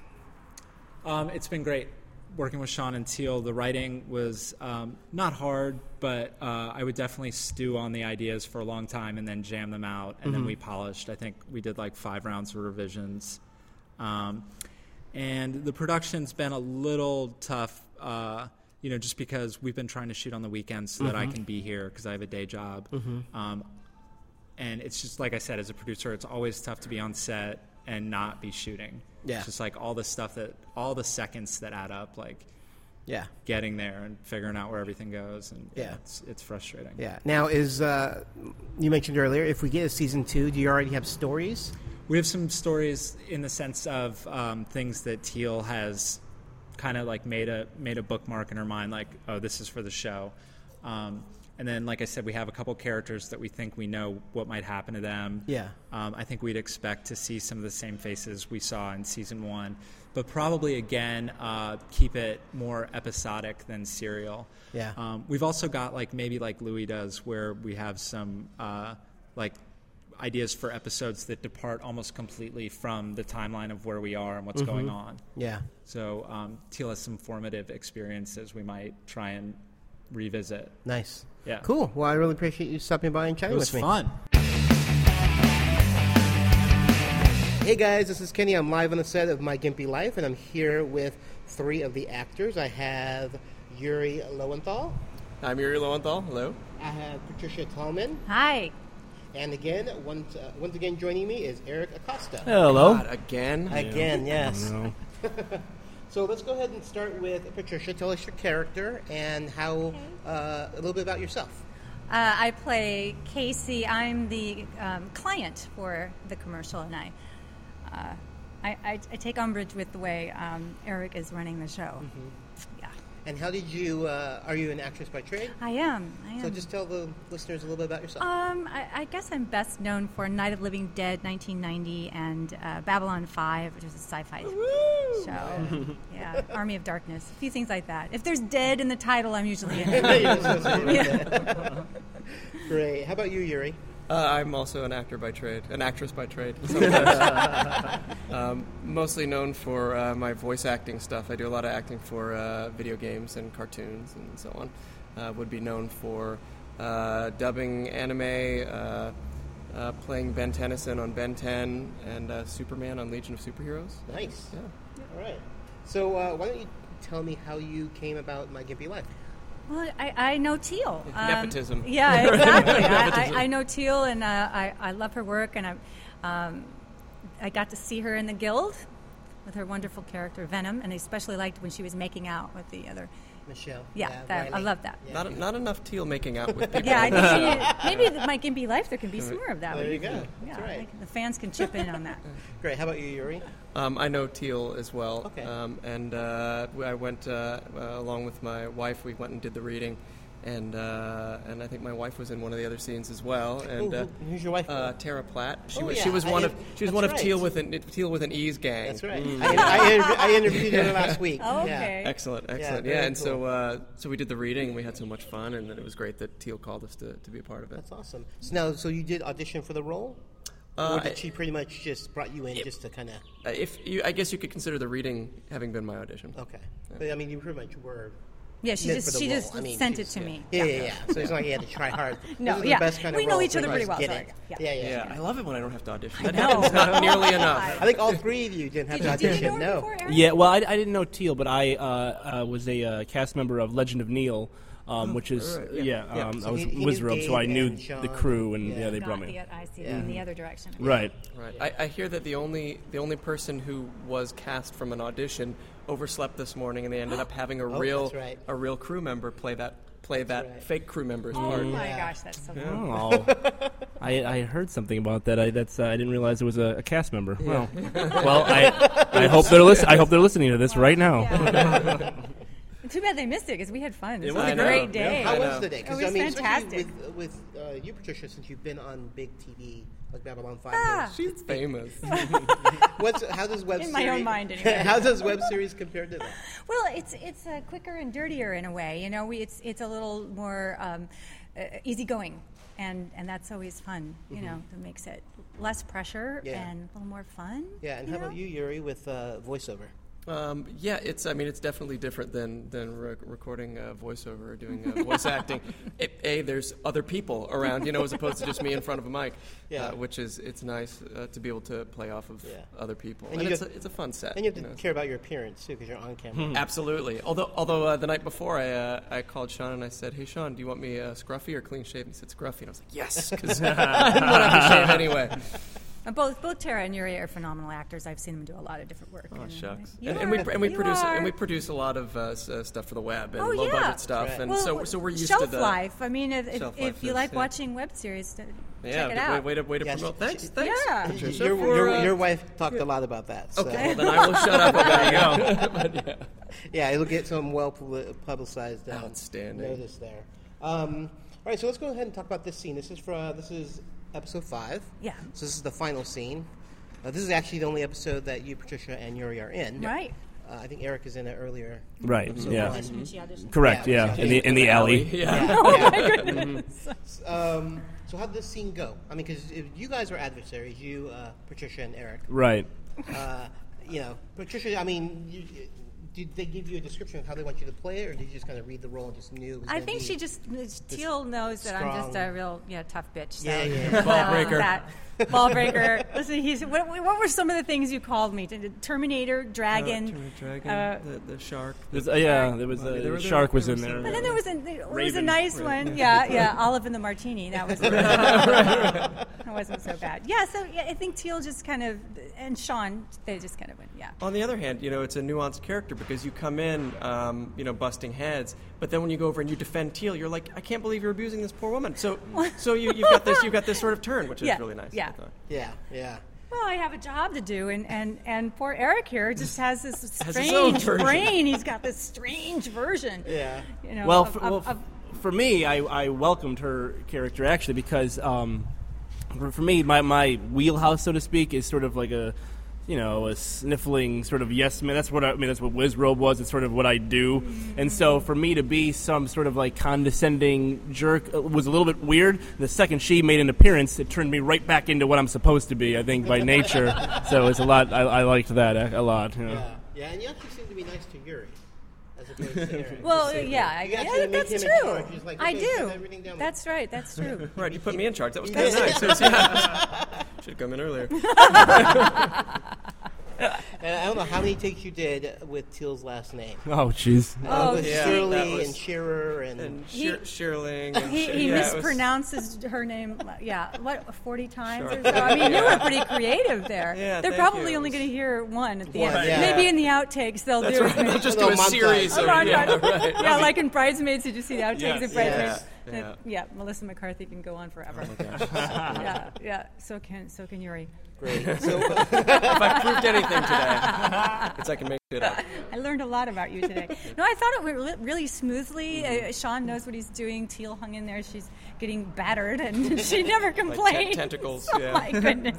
Um, it's been great working with Sean and Teal. The writing was um, not hard, but uh, I would definitely stew on the ideas for a long time and then jam them out. And then we polished. I think we did like five rounds of revisions. Um, and the production's been a little tough, uh, you know, just because we've been trying to shoot on the weekends so that I can be here because I have a day job. Um, and it's just like I said, as a producer, it's always tough to be on set and not be shooting.
Yeah.
It's just like all the stuff that, all the seconds that add up, like
Yeah,
getting there and figuring out where everything goes, and
Yeah.
it's it's frustrating.
yeah. Now, is uh, you mentioned earlier, if we get a season two, do you already have stories?
We have some stories in the sense of um, things that Teal has kind of like made a made a bookmark in her mind, like oh, this is for the show. Um, and then, like I said, we have a couple characters that we think we know what might happen to them.
Yeah.
Um, I think we'd expect to see some of the same faces we saw in season one, but probably again uh, keep it more episodic than serial.
Yeah.
Um, we've also got like maybe like Louis does, where we have some uh, like ideas for episodes that depart almost completely from the timeline of where we are and what's going on.
Mm-hmm. Yeah,
So um, Teal has some formative experiences we might try and revisit.
nice.
Yeah.
cool. Well, I really appreciate you stopping by and chatting
It was
with me.
fun.
Hey guys, this is Kenny. I'm live on the set of My Gimpy Life, and I'm here with three of the actors. I have Yuri Lowenthal,
I'm Yuri Lowenthal. Hello.
I have Patricia Tallman,
Hi.
and again, once, uh, once again joining me is Eric Acosta.
Hello. Again.
Again, yes. so let's go ahead and start with Patricia. Tell us your character and how uh, a little bit about yourself.
Uh, I play Casey. I'm the um, client for the commercial, and I, uh, I, I, I take umbrage with the way um, Eric is running the show. Yeah,
And how did you? Uh, are you an actress by trade?
I am. I am.
So just tell the listeners a little bit about yourself.
um, I, I guess I'm best known for Night of Living Dead, 1990, and uh, Babylon 5, which was a sci-fi show. yeah, Army of Darkness, a few things like that. If there's dead in the title, I'm usually in. it.
Great. How about you, Yuri?
Uh, I'm also an actor by trade, an actress by trade. sometimes. um, mostly known for uh, my voice acting stuff. I do a lot of acting for uh, video games and cartoons and so on. Uh, would be known for uh, dubbing anime, uh, uh, playing Ben Tennyson on Ben 10, and uh, Superman on Legion of Superheroes.
Nice.
Yeah.
All right. So uh, why don't you tell me how you came about my Gimpy Life?
Well, I, I know Teal. Um,
Nepotism.
Yeah, exactly. I, I, I know Teal, and uh, I, I love her work, and I, um, I got to see her in the Guild with her wonderful character Venom, and I especially liked when she was making out with the other.
Michelle.
Yeah, that, I
Riley.
love that. Yeah,
Not, not enough teal making out with people.
I think she, maybe it might be life. There can be some more of that.
There
What do
you go.
think?
That's
Yeah,
right.
like, the fans can chip in on that.
Great. How about you, Yuri?
Um, I know Teal as well.
Okay.
Um, and uh, we- I went uh, uh, along with my wife. We went and did the reading, and uh, and I think my wife was in one of the other scenes as well. And uh,
who's your wife?
Uh, Tara Platt. She
Oh,
was
yeah,
she was
I
one of
inter-
she was
that's
one of
right.
Teal with an Teal with an E's gang. Mm.
That's right. I, inter- I, interview- I interviewed her last week.
Oh,
Yeah.
okay.
Excellent,
Yeah,
excellent. Yeah,
very
and
cool.
so uh, so we did the reading. and We had so much fun, and then it was great that Teal called us to, to be a part of it.
That's awesome. So now, so you did audition for the role,
Uh,
or did
I-
she pretty much just brought you in just to kind of?
Uh, If you, I guess you could consider the reading having been my audition.
Okay, but I mean, you pretty much were.
Yeah, she
meant
just-
for the
she
role.
just
I mean,
sent
she
it to
yeah.
me.
Yeah, yeah, yeah. So it's not like you had to try hard.
No,
this is
yeah.
the best kind of
We know
role
each other
to
pretty
just
well,
get
so
in.
yeah.
Yeah, yeah,
Yeah, I love it when I don't have to audition. That
know.
happens not nearly enough.
I think all three of you didn't have
Did
to
you, did you know
audition.
her
No.
before, Aaron?
Yeah, well, I, I didn't know Teal, but I uh, uh, was a uh, cast member of Legend of Neil, um, which is
right,
yeah,
yeah.
um,
So
I was
he- he
Wiz
knew
Robe, so I
Gabe
knew
and
the
Sean.
crew, and yeah,
Yeah.
they
Got
brought me.
the- I see in the other direction.
Right.
Right. I, I hear that the only the only person who was cast from an audition overslept this morning, and they ended up having a real
Oh, that's right.
a real crew member play that play that fake crew member's
Oh
part.
my gosh, that's so cool.
Oh, I, I heard something about that. I that's uh, I didn't realize it was a, a cast member. Well, well, I I hope they're listen, I hope they're listening to this right now.
Yeah. Too bad they missed it because we had fun. This
It
was
was
a
great. I
great
know.
day.
How
I
was
know.
the day?
It was
I mean, especially
fantastic.
With, with uh, you, Patricia, since you've been on big TV like Babylon Five,
Ah.
She's famous.
what's how does web
In my own
series-
mind, anyway.
how does web series compare to that?
Well, it's it's uh, quicker and dirtier in a way. You know, we, it's it's a little more um, uh, easygoing, and and that's always fun. You know, it makes it less pressure
Mm-hmm. Yeah.
and a little more fun.
Yeah, and how about
know?
you, Yuri, with uh, voiceover?
Um, yeah, it's. I mean, it's definitely different than than re- recording uh, voiceover or doing uh, voice acting. It, a, there's other people around, you know, as opposed to just me in front of a mic.
Yeah.
uh, which is it's nice uh, to be able to play off of
Yeah.
other people,
And
and,
you
it's,
get-
a, it's a fun set.
And you have to
you know.
care about your appearance too, because you're on camera.
Hmm. Absolutely. Although, although uh, the night before, I, uh, I called Sean and I said, "Hey, Sean, do you want me uh, scruffy or clean shaved?" And he said, "Scruffy," and I was like, "Yes," because I didn't want to have to shave anyway.
And Uh, both both Tara and Yuri are phenomenal actors. I've seen them do a lot of different work.
Oh
and-
shucks!
You
And, and we
are.
and we
You
produce
are.
and we produce a lot of uh, s- uh, stuff for the web and
Oh,
low
yeah.
budget stuff,
right.
and
Well,
so so we're used
shelf
to the
life. I mean, if, if,
Shelf
if
life
you
is,
like
yeah.
watching web series, to
Yeah,
check it
way-
out.
way to way to
Yes,
promote.
she-
Thanks,
she-
thanks.
Yeah.
Your,
Patricia,
your,
for, uh,
your wife talked a lot about that. So.
Okay, well, then I will shut up about it.
Yeah, it'll get some well publi- publicized um,
Outstanding.
notice there. Um, all right, so let's go ahead and talk about this scene. This is for uh, this is episode five.
Yeah.
So this is the final scene. Uh, this is actually the only episode that you, Patricia, and Yuri are in.
Right.
Uh, I think Eric is in it earlier.
Right. Yeah.
She auditioned.
Correct.
Yeah,
Yeah.
she- Mm-hmm.
In the in the alley.
Yeah.
Oh
Um, so how did this scene go? I mean, because you guys were adversaries, you, uh, Patricia, and Eric.
Right.
Uh, you know, Patricia. I mean, you, did they give you a description of how they want you to play it, or did you just kind of read the role and just knew? It was
I
gonna
think
be-
she just uh, Teal knows that I'm just
strong-
a real yeah tough bitch. So.
Yeah, yeah.
Ball
Um,
breaker.
that- Ball breaker. Listen, he's, what, what were some of the things you called me? Terminator,
Uh,
dragon.
dragon,
uh,
the, the shark.
There's, uh, yeah. There was
There were-
a
there were-
shark was
there
in
were
there.
some-
and then there was a, there was a
Raven.
nice one. Yeah, yeah. Olive and the martini. That was that wasn't so bad. Yeah. So yeah, I think Teal just kind of and Sean they just kind of went yeah.
On the other hand, you know, it's a nuanced character because you come in, um, you know, busting heads, but then when you go over and you defend Teal, you're like, I can't believe you're abusing this poor woman. So, so you, you've got this, you've got this sort of turn, which
Yeah,
is really nice. I
yeah.
thought.
Yeah, yeah.
Well, I have a job to do, and, and, and poor Eric here just has this
Has his own
strange
version.
brain. He's got this strange version.
Yeah.
You know,
well,
of-
for,
of-
well f-
of-
for me, I, I welcomed her character actually because um, for, for me, my, my wheelhouse, so to speak, is sort of like a you know a sniffling sort of yes man. That's what I, I mean. That's what Wiz Robe was. It's sort of what I do.
Mm-hmm.
And so for me to be some sort of like condescending jerk uh, was a little bit weird. The second she made an appearance, it turned me right back into what I'm supposed to be. I think by nature. so it's a lot. I, I liked that a, a lot. You know.
Yeah, yeah, and you actually seem to be nice to Yuri, as opposed to Eric.
well, yeah, I,
You actually
yeah,
make
that's
him in
true.
charge. He's like,
I
okay, set
do.
everything down.
That's right. That's true.
Right, you put me in charge. That was kind of nice. It was- yeah. Should have come in earlier.
And I don't know how many takes you did with Teal's last name.
Oh jeez.
Uh,
Oh,
with
yeah, that
Shirley
was-
and Shearer and,
And
He-
Shir- Shirling. and
He,
Shir-
he
yeah, it was-
mispronounces her name. Yeah, what forty times
Sure.
or so. I mean, you were pretty creative there.
Yeah,
They're
thank
probably
you.
only going to hear one at the
One,
end.
yeah.
Maybe in the outtakes they'll do. it.
They'll just
A
do a
little montage.
series.
Oh,
of-
right,
yeah,
right.
right.
Yeah, like in Bridesmaids, did you see the outtakes
Yes.
of Bridesmaids?
Yeah, Oh
Uh, Yeah.
yeah.
Melissa McCarthy can go on forever. yeah, yeah. So can so can Yuri.
Great. So, if I proved anything today, it's I can make shit up.
I learned a lot about you today. no, I thought it went re- really smoothly. Uh, Sean knows what he's doing. Teal hung in there. She's getting battered, and she never complained.
tentacles,
Oh
yeah.
my goodness.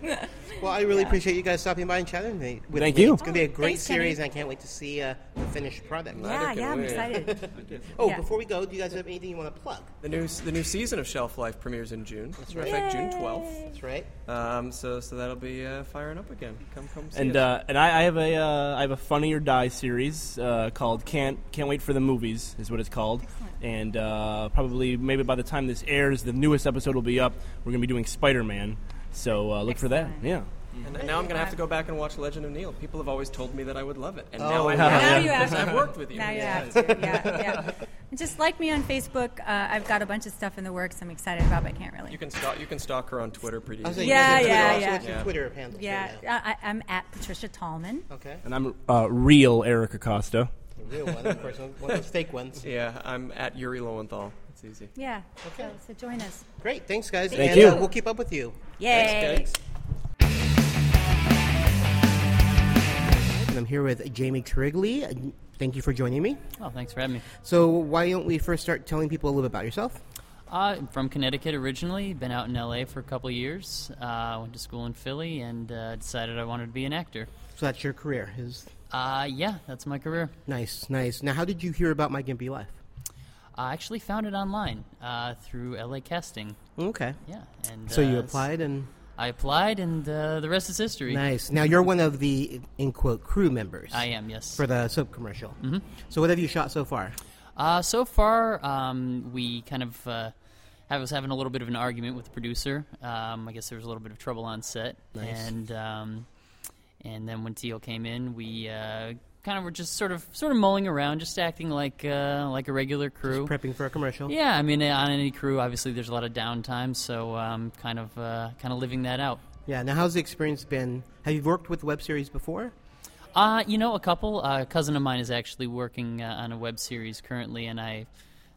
Yeah. Well, I really appreciate you guys stopping by and chatting with me. with
Thank
me.
you.
It's going to be a
Oh,
great
thanks, Kenny.
series, and I can't wait to see uh, the finished product.
Yeah,
can
yeah, I'm
we.
excited.
Oh,
Yeah.
before we go, do you guys have anything you want to plug?
The new the new season of Shelf Life premieres in June. That's
right.
In fact, June twelfth.
That's right.
Um, so so that'll be uh, firing up again. Come come see us.
And uh, and I, I have a uh, I have a Funny or Die series uh, called Can't Can't Wait for the Movies is what it's called. And uh, probably maybe by the time this airs, the newest episode will be up. We're gonna be doing Spider Man, so uh, look for
Excellent.
that. Yeah.
And now I'm gonna have to go back and watch Legend of Neil. People have always told me that I would love it, and
Oh,
now I
yeah.
have.
Now you
because
have to.
I've worked with you.
Now you
Yeah.
have to. Yeah, yeah. And Just like me on Facebook. Uh, I've got a bunch of stuff in the works. I'm excited about, but I can't really.
You can stalk you can stalk her on Twitter pretty
I was
easily.
thinking you guys
Yeah,
have Twitter also.
yeah, yeah.
What's your
Yeah.
Twitter handle?
yeah,
right
I, I- I'm at Patricia Tallman.
now? Okay.
And I'm uh, real Eric Acosta.
The real one, of course. One one of those fake ones.
Yeah, I'm at Yuri Lowenthal. It's easy.
Yeah.
Okay.
So, so join us.
Great. Thanks, guys.
Thank
and
you.
Uh, we'll keep up with you.
Yay.
And I'm here with Jamie Trigley. Thank you for joining me.
Oh, thanks for having me.
So, why don't we first start telling people a little bit about yourself?
Uh, I'm from Connecticut originally, been out in LA for a couple of years. Uh, went to school in Philly and uh, decided I wanted to be an actor.
So, that's your career. Is
Uh, yeah, that's my career.
nice, nice. Now, how did you hear about My Gimpy Life?
I actually found it online uh, through LA Casting.
Okay.
Yeah, and
So, you
uh,
applied and
I applied, and uh, the rest is history.
nice. Now, you're one of the in quote crew members.
I am yes.
for the soap commercial. Mm-hmm. So, what have you shot so far?
Uh, so far, um, we kind of uh, I was having a little bit of an argument with the producer. Um, I guess there was a little bit of trouble on set, and um, and then when Teal came in, we uh, kind of were just sort of sort of mulling around, just acting like uh, like a regular crew.
Prepping for a commercial.
yeah, I mean, uh, on any crew, obviously there's a lot of downtime, so um, kind of uh, kind of living that out.
Yeah. Now, how's the experience been? Have you worked with web series before?
Uh, you know, a couple. Uh, a cousin of mine is actually working uh, on a web series currently, and I've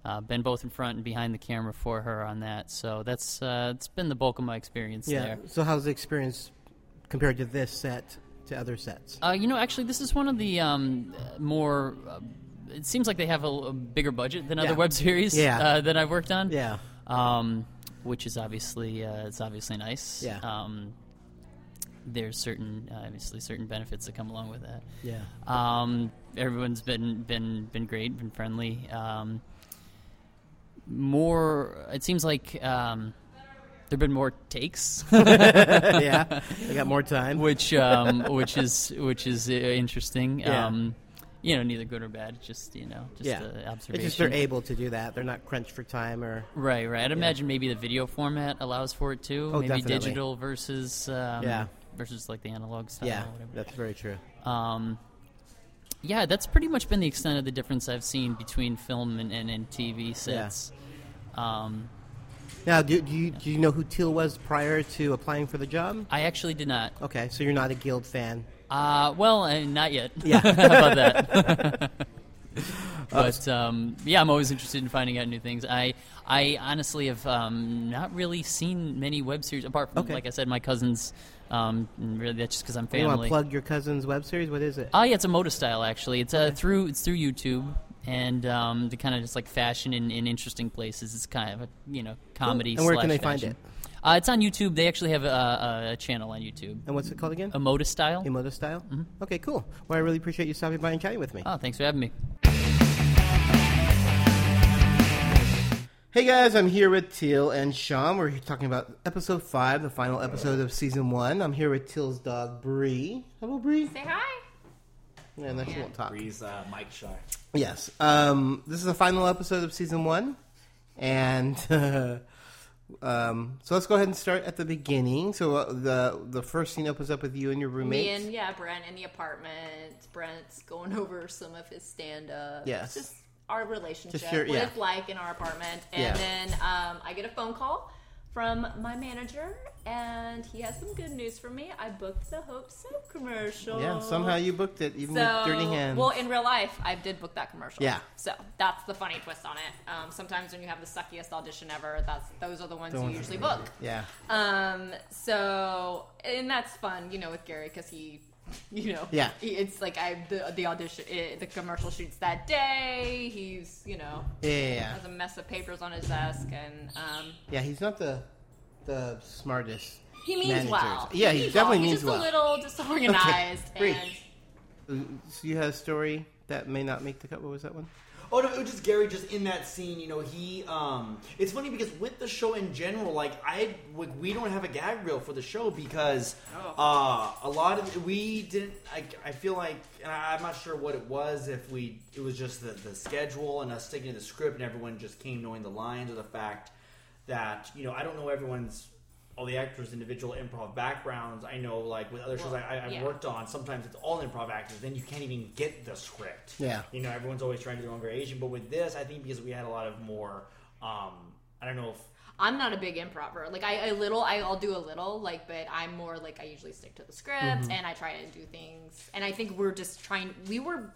uh, been both in front and behind the camera for her on that. So that's uh, it's been the bulk of my experience
Yeah.
there.
So, how's the experience compared to this set to other sets?
Uh, you know, actually, this is one of the um, uh, more. Uh, it seems like they have a, a bigger budget than
Yeah.
other web series
Yeah.
uh, that I've worked on.
Yeah.
Um, which is obviously uh, it's obviously nice.
Yeah.
Um, there's certain uh, obviously certain benefits that come along with that.
Yeah.
Um, everyone's been been been great, been friendly. Um, more, it seems like um, there've been more takes,
yeah, I got more time.
which um, which is which is uh, interesting.
Yeah.
Um, you know, neither good or bad. It's just you know, just
yeah,
uh,
It's
observation.
just they're able to do that. They're not crunched for time or
Right, right. I'd imagine maybe the video format allows for it too.
Oh,
maybe
definitely.
digital versus um,
Yeah.
versus like the analog style.
yeah.
or whatever.
That's very true.
Um, yeah, that's pretty much been the extent of the difference I've seen between film and, and, and TV sets. Um,
Now, do, do you do you know who Teal was prior to applying for the job?
I actually did not.
Okay, so you're not a Guild fan.
Uh, well, uh, not yet. Yeah, about
Uh,
that. but um, yeah, I'm always interested in finding out new things. I I honestly have um, not really seen many web series apart from,
Okay.
like I said, my cousins. Um, and really, that's just because I'm
You want
family.
to plug your cousin's web series? What is it?
Oh yeah, it's a Moda style actually. It's uh, through it's through YouTube and um, the kind of just like fashion in, in interesting places. It's kind of a you know comedy.
And where can
slash
they find
fashion. Uh, it's on YouTube. They actually have a, a, a channel on YouTube.
and what's it called again?
A Moda style. Mm-hmm.
Emoto style. Okay, cool. Well, I really appreciate you stopping by and chatting with me.
Oh, thanks for having me.
Hey guys, I'm here with Teal and Sean. We're here talking about episode five, the final episode of season one. I'm here with Teal's dog Bree. Hello, Bree.
Say hi.
Yeah, no, she won't talk.
He's uh, Mike Sharp.
Yes. Um, this is the final episode of season one. And uh, um, so let's go ahead and start at the beginning. So uh, the the first scene opens up with you and your roommate.
Me and yeah, Brent in the apartment. Brent's going over some of his stand up.
Yes.
Just our relationship,
Just your-
what
yeah.
it's like in our apartment. And
Yeah.
then um, I get a phone call from my manager, and he has some good news for me. I booked the Hope Soap commercial.
Yeah, somehow you booked it, even with dirty hands.
Well, in real life, I did book that commercial.
Yeah.
So that's the funny twist on it. Um, sometimes when you have the suckiest audition ever, that's those are the ones
The
you
ones
usually
that are
book.
Yeah.
Um. So, and that's fun, you know, with Gary because he, you know,
Yeah.
he- it's like I the the audition, eh, the commercial shoots that day. He's, you know,
Yeah, yeah, yeah.
has a mess of papers on his desk, and um,
Yeah, he's not the the smartest.
he means
manager.
well.
Yeah, he, definitely
well.
means
He's just
well.
a little disorganized
Okay, great.
and.
So you had a story that may not make the cut. What was that one?
Oh no, it was just Gary just in that scene, you know, he um it's funny because with the show in general, like I like we don't have a gag reel for the show because uh a lot of we didn't I, I feel like and I, I'm not sure what it was if we it was just the, the schedule and us sticking to the script and everyone just came knowing the lines or the fact that, you know, I don't know everyone's all the actors' individual improv backgrounds. I know, like with other shows
Well,
I, I, I've
yeah.
worked on, sometimes it's all improv actors. Then you can't even get the script.
Yeah.
You know, everyone's always trying to do their own variation, but with this, I think because we had a lot of more, um, I don't know if
I'm not a big improver. Like I a little, I, I'll do a little, like, but I'm more like I usually stick to the script
Mhm.
and I try to do things. And I think we're just trying. We were,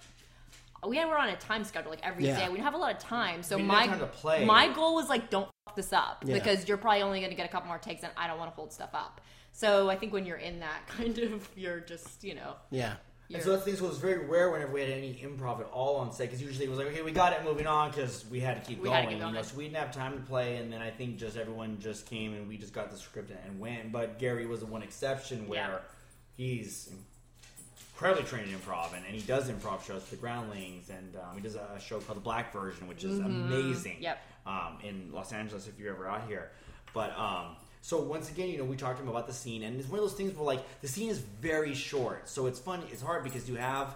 we were on a time schedule like every day.
Yeah.
We didn't have a lot of time, so
We didn't
my
have time to play.
my goal was like don't f this up
Yeah.
because you're probably only going to get a couple more takes, and I don't want to hold stuff up. So I think when you're in that kind of, you're just you know,
Yeah.
And so that's the thing. So it was very rare whenever we had any improv at all on set because usually it was like, okay, we got it, moving on because we had to keep
We had
going.
to keep
you know,
going.
so we didn't have time to play, and then I think just everyone just came and we just got the script and went. But Gary was the one exception where he's incredibly trained in improv and, and he does improv shows for the Groundlings and um, he does a show called The Black Version, which is
Mhm.
amazing
Yep.
um, in Los Angeles if you're ever out here. But um, so once again, you know, we talked to him about the scene, and it's one of those things where like the scene is very short, so it's funny. It's hard because you have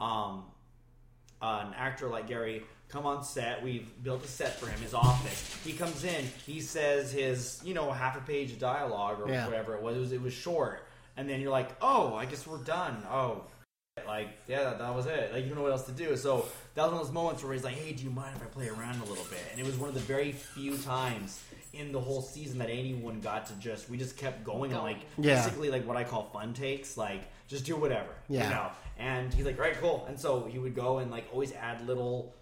um, an actor like Gary come on set. We've built a set for him, his office. He comes in, he says his you know half a page of dialogue or
Yeah.
whatever it was. It was it was short, and then you're like, oh, I guess we're done. Oh. Like yeah, that, that was it. Like you don't know what else to do. So that was one of those moments where he's like, "Hey, do you mind if I play around a little bit?" And it was one of the very few times in the whole season that anyone got to just we just kept going, and like
Yeah.
basically like what I call fun takes, like just do whatever,
Yeah.
you know. And he's like, "All right, cool." And so he would go and like always add little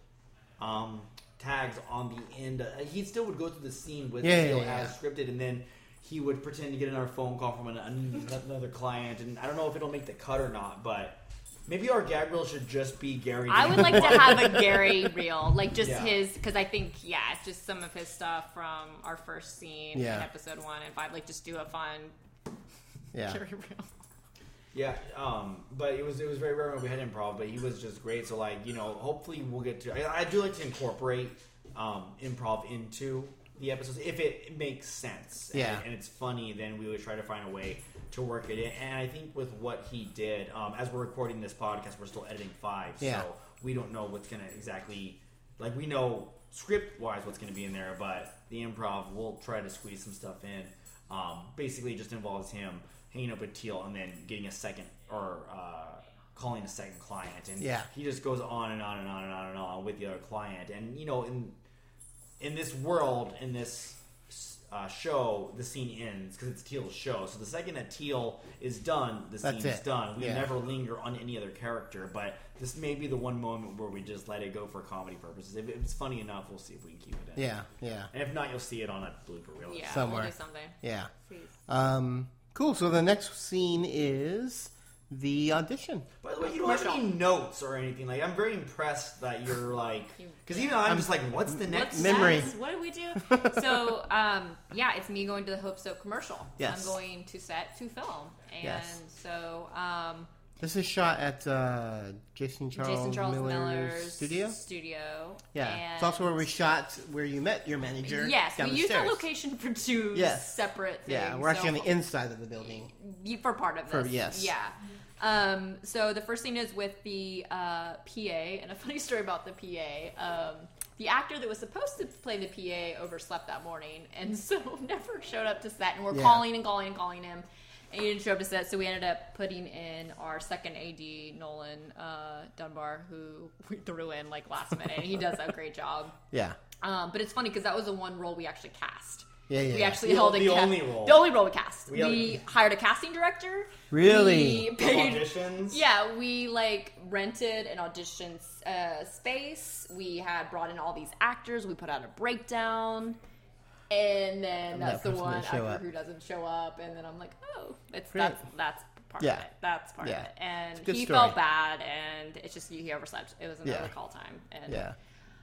um, tags on the end. Uh, he still would go through the scene with
Yeah,
you know,
yeah, yeah.
as scripted, and then he would pretend to get another phone call from an, an, another client. And I don't know if it'll make the cut or not, but maybe our gag reel should just be Gary.
I would like to have a Gary reel, like just
Yeah.
his, because I think yeah, it's just some of his stuff from our first scene
Yeah.
in episode one and five. Like just do a fun
Yeah.
Gary reel.
Yeah, um, but it was it was very rare when we had improv, but he was just great. So like you know, hopefully we'll get to. I, I do like to incorporate um, improv into the episodes if it makes sense. and-
Yeah.
and, it's funny. Then we would try to find a way to work it in. And I think with what he did, um, as we're recording this podcast, we're still editing five,
Yeah.
so we don't know what's gonna exactly like we know script wise what's going to be in there, but the improv we'll try to squeeze some stuff in. Um, basically, it just involves him hanging up with Teal and then getting a second or uh, calling a second client, and
Yeah.
he just goes on and on and on and on and on with the other client. And you know, in in this world, in this uh, show, the scene ends because it's Teal's show. So the second that Teal is done, the
That's
scene's
it.
done. We
Yeah.
never linger on any other character, but this may be the one moment where we just let it go for comedy purposes. If it's funny enough, we'll see if we can keep it in.
Yeah, yeah.
And if not, you'll see it on a blooper reel.
Yeah,
Somewhere.
we'll do something.
Yeah.
Please.
Um, cool. So the next scene is the audition.
By the way, you don't have any notes or anything. Like, I'm very impressed that you're like, because even I'm just like, what's the
What's
next
next? What do we do? so um, yeah, it's me going to the Hope Soap commercial.
Yes.
I'm going to set to film, and
Yes.
so um,
This is shot at uh, Jason Charles,
Jason Charles
Miller's,
Miller's
studio.
Studio.
Yeah,
and
it's also where we shot where you met your manager.
Yes,
down
we
the
used that
stairs.
location for two
Yes.
separate things.
Yeah, we're actually
so
on the inside of the building.
y- for part of
For-
this.
yes.
Yeah. Um, so the first thing is with the uh, PA, and a funny story about the PA. Um, the actor that was supposed to play the PA overslept that morning, and so never showed up to set. And we're
Yeah.
calling and calling and calling him, and he didn't show up to set. So we ended up putting in our second AD, Nolan uh, Dunbar, who we threw in like last minute, and he does a great job.
Yeah.
Um, but it's funny because that was the one role we actually cast.
Yeah, yeah,
We
yeah.
actually
The-
held a
the
ca-
only role.
The only role we cast.
We
We,
only-
hired a casting director.
Really?
We paid
Auditions?
Yeah, we like rented an audition uh, space. We had brought in all these actors. We put out a breakdown. And then
And
that's
that
the
person
one
didn't show
actor
up.
who doesn't show up, and then I'm like, oh, it's
Great.
that's that's part
Yeah.
of it. That's part
Yeah.
of it. And
It's a good
he
story.
felt bad, and it's just he overslept. It was another
Yeah.
call time, and
Yeah.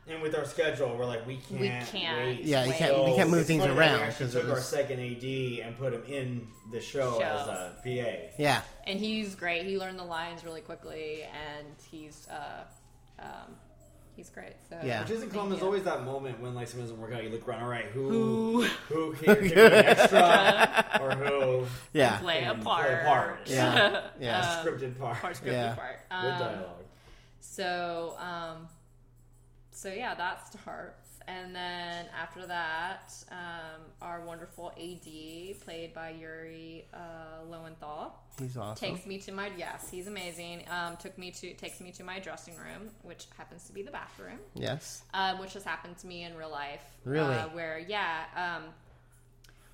And with our schedule, we're like, we can't.
We can't
wait.
Yeah, you can't- we can't move
it's
things
funny that
around,
We actually
'cause it
took our
was-
second AD and put him in the show
Show.
as a PA.
Yeah.
and he's great. He learned the lines really quickly, and he's uh, um, he's great. So
Which isn't common. There's
Thank you.
always that moment when like something doesn't work out. You look around, all right,
Who?
who who can give me an extra or who
Yeah.
Play a
can
part.
Yeah. Yeah.
Um,
scripted part.
part scripted
Yeah.
part.
With
Um,
dialogue.
So, um, so yeah, that starts, and then after that, um, our wonderful AD, played by Yuri uh, Lowenthal,
He's awesome.
Takes me to my yes, he's amazing. Um, took me to takes me to my dressing room, which happens to be the bathroom.
Yes.
um, which has happened to me in real life.
Really?
uh, where yeah. Um,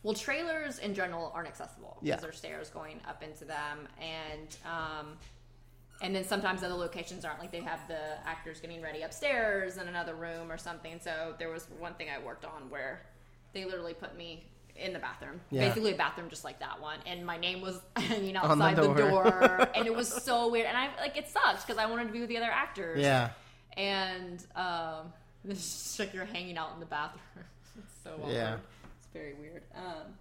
well, trailers in general aren't accessible because
Yeah.
there's stairs going up into them, and um, and then sometimes other locations aren't like they have the actors getting ready upstairs in another room or something. So there was one thing I worked on where they literally put me in the bathroom,
Yeah.
basically a bathroom just like that one, and my name was hanging
On the
outside the door,
door.
and it was so weird. And I like it sucked because I wanted to be with the other actors,
Yeah.
and um, it's just like you're hanging out in the bathroom. it's so awkward.
Yeah.
It's very weird. Um,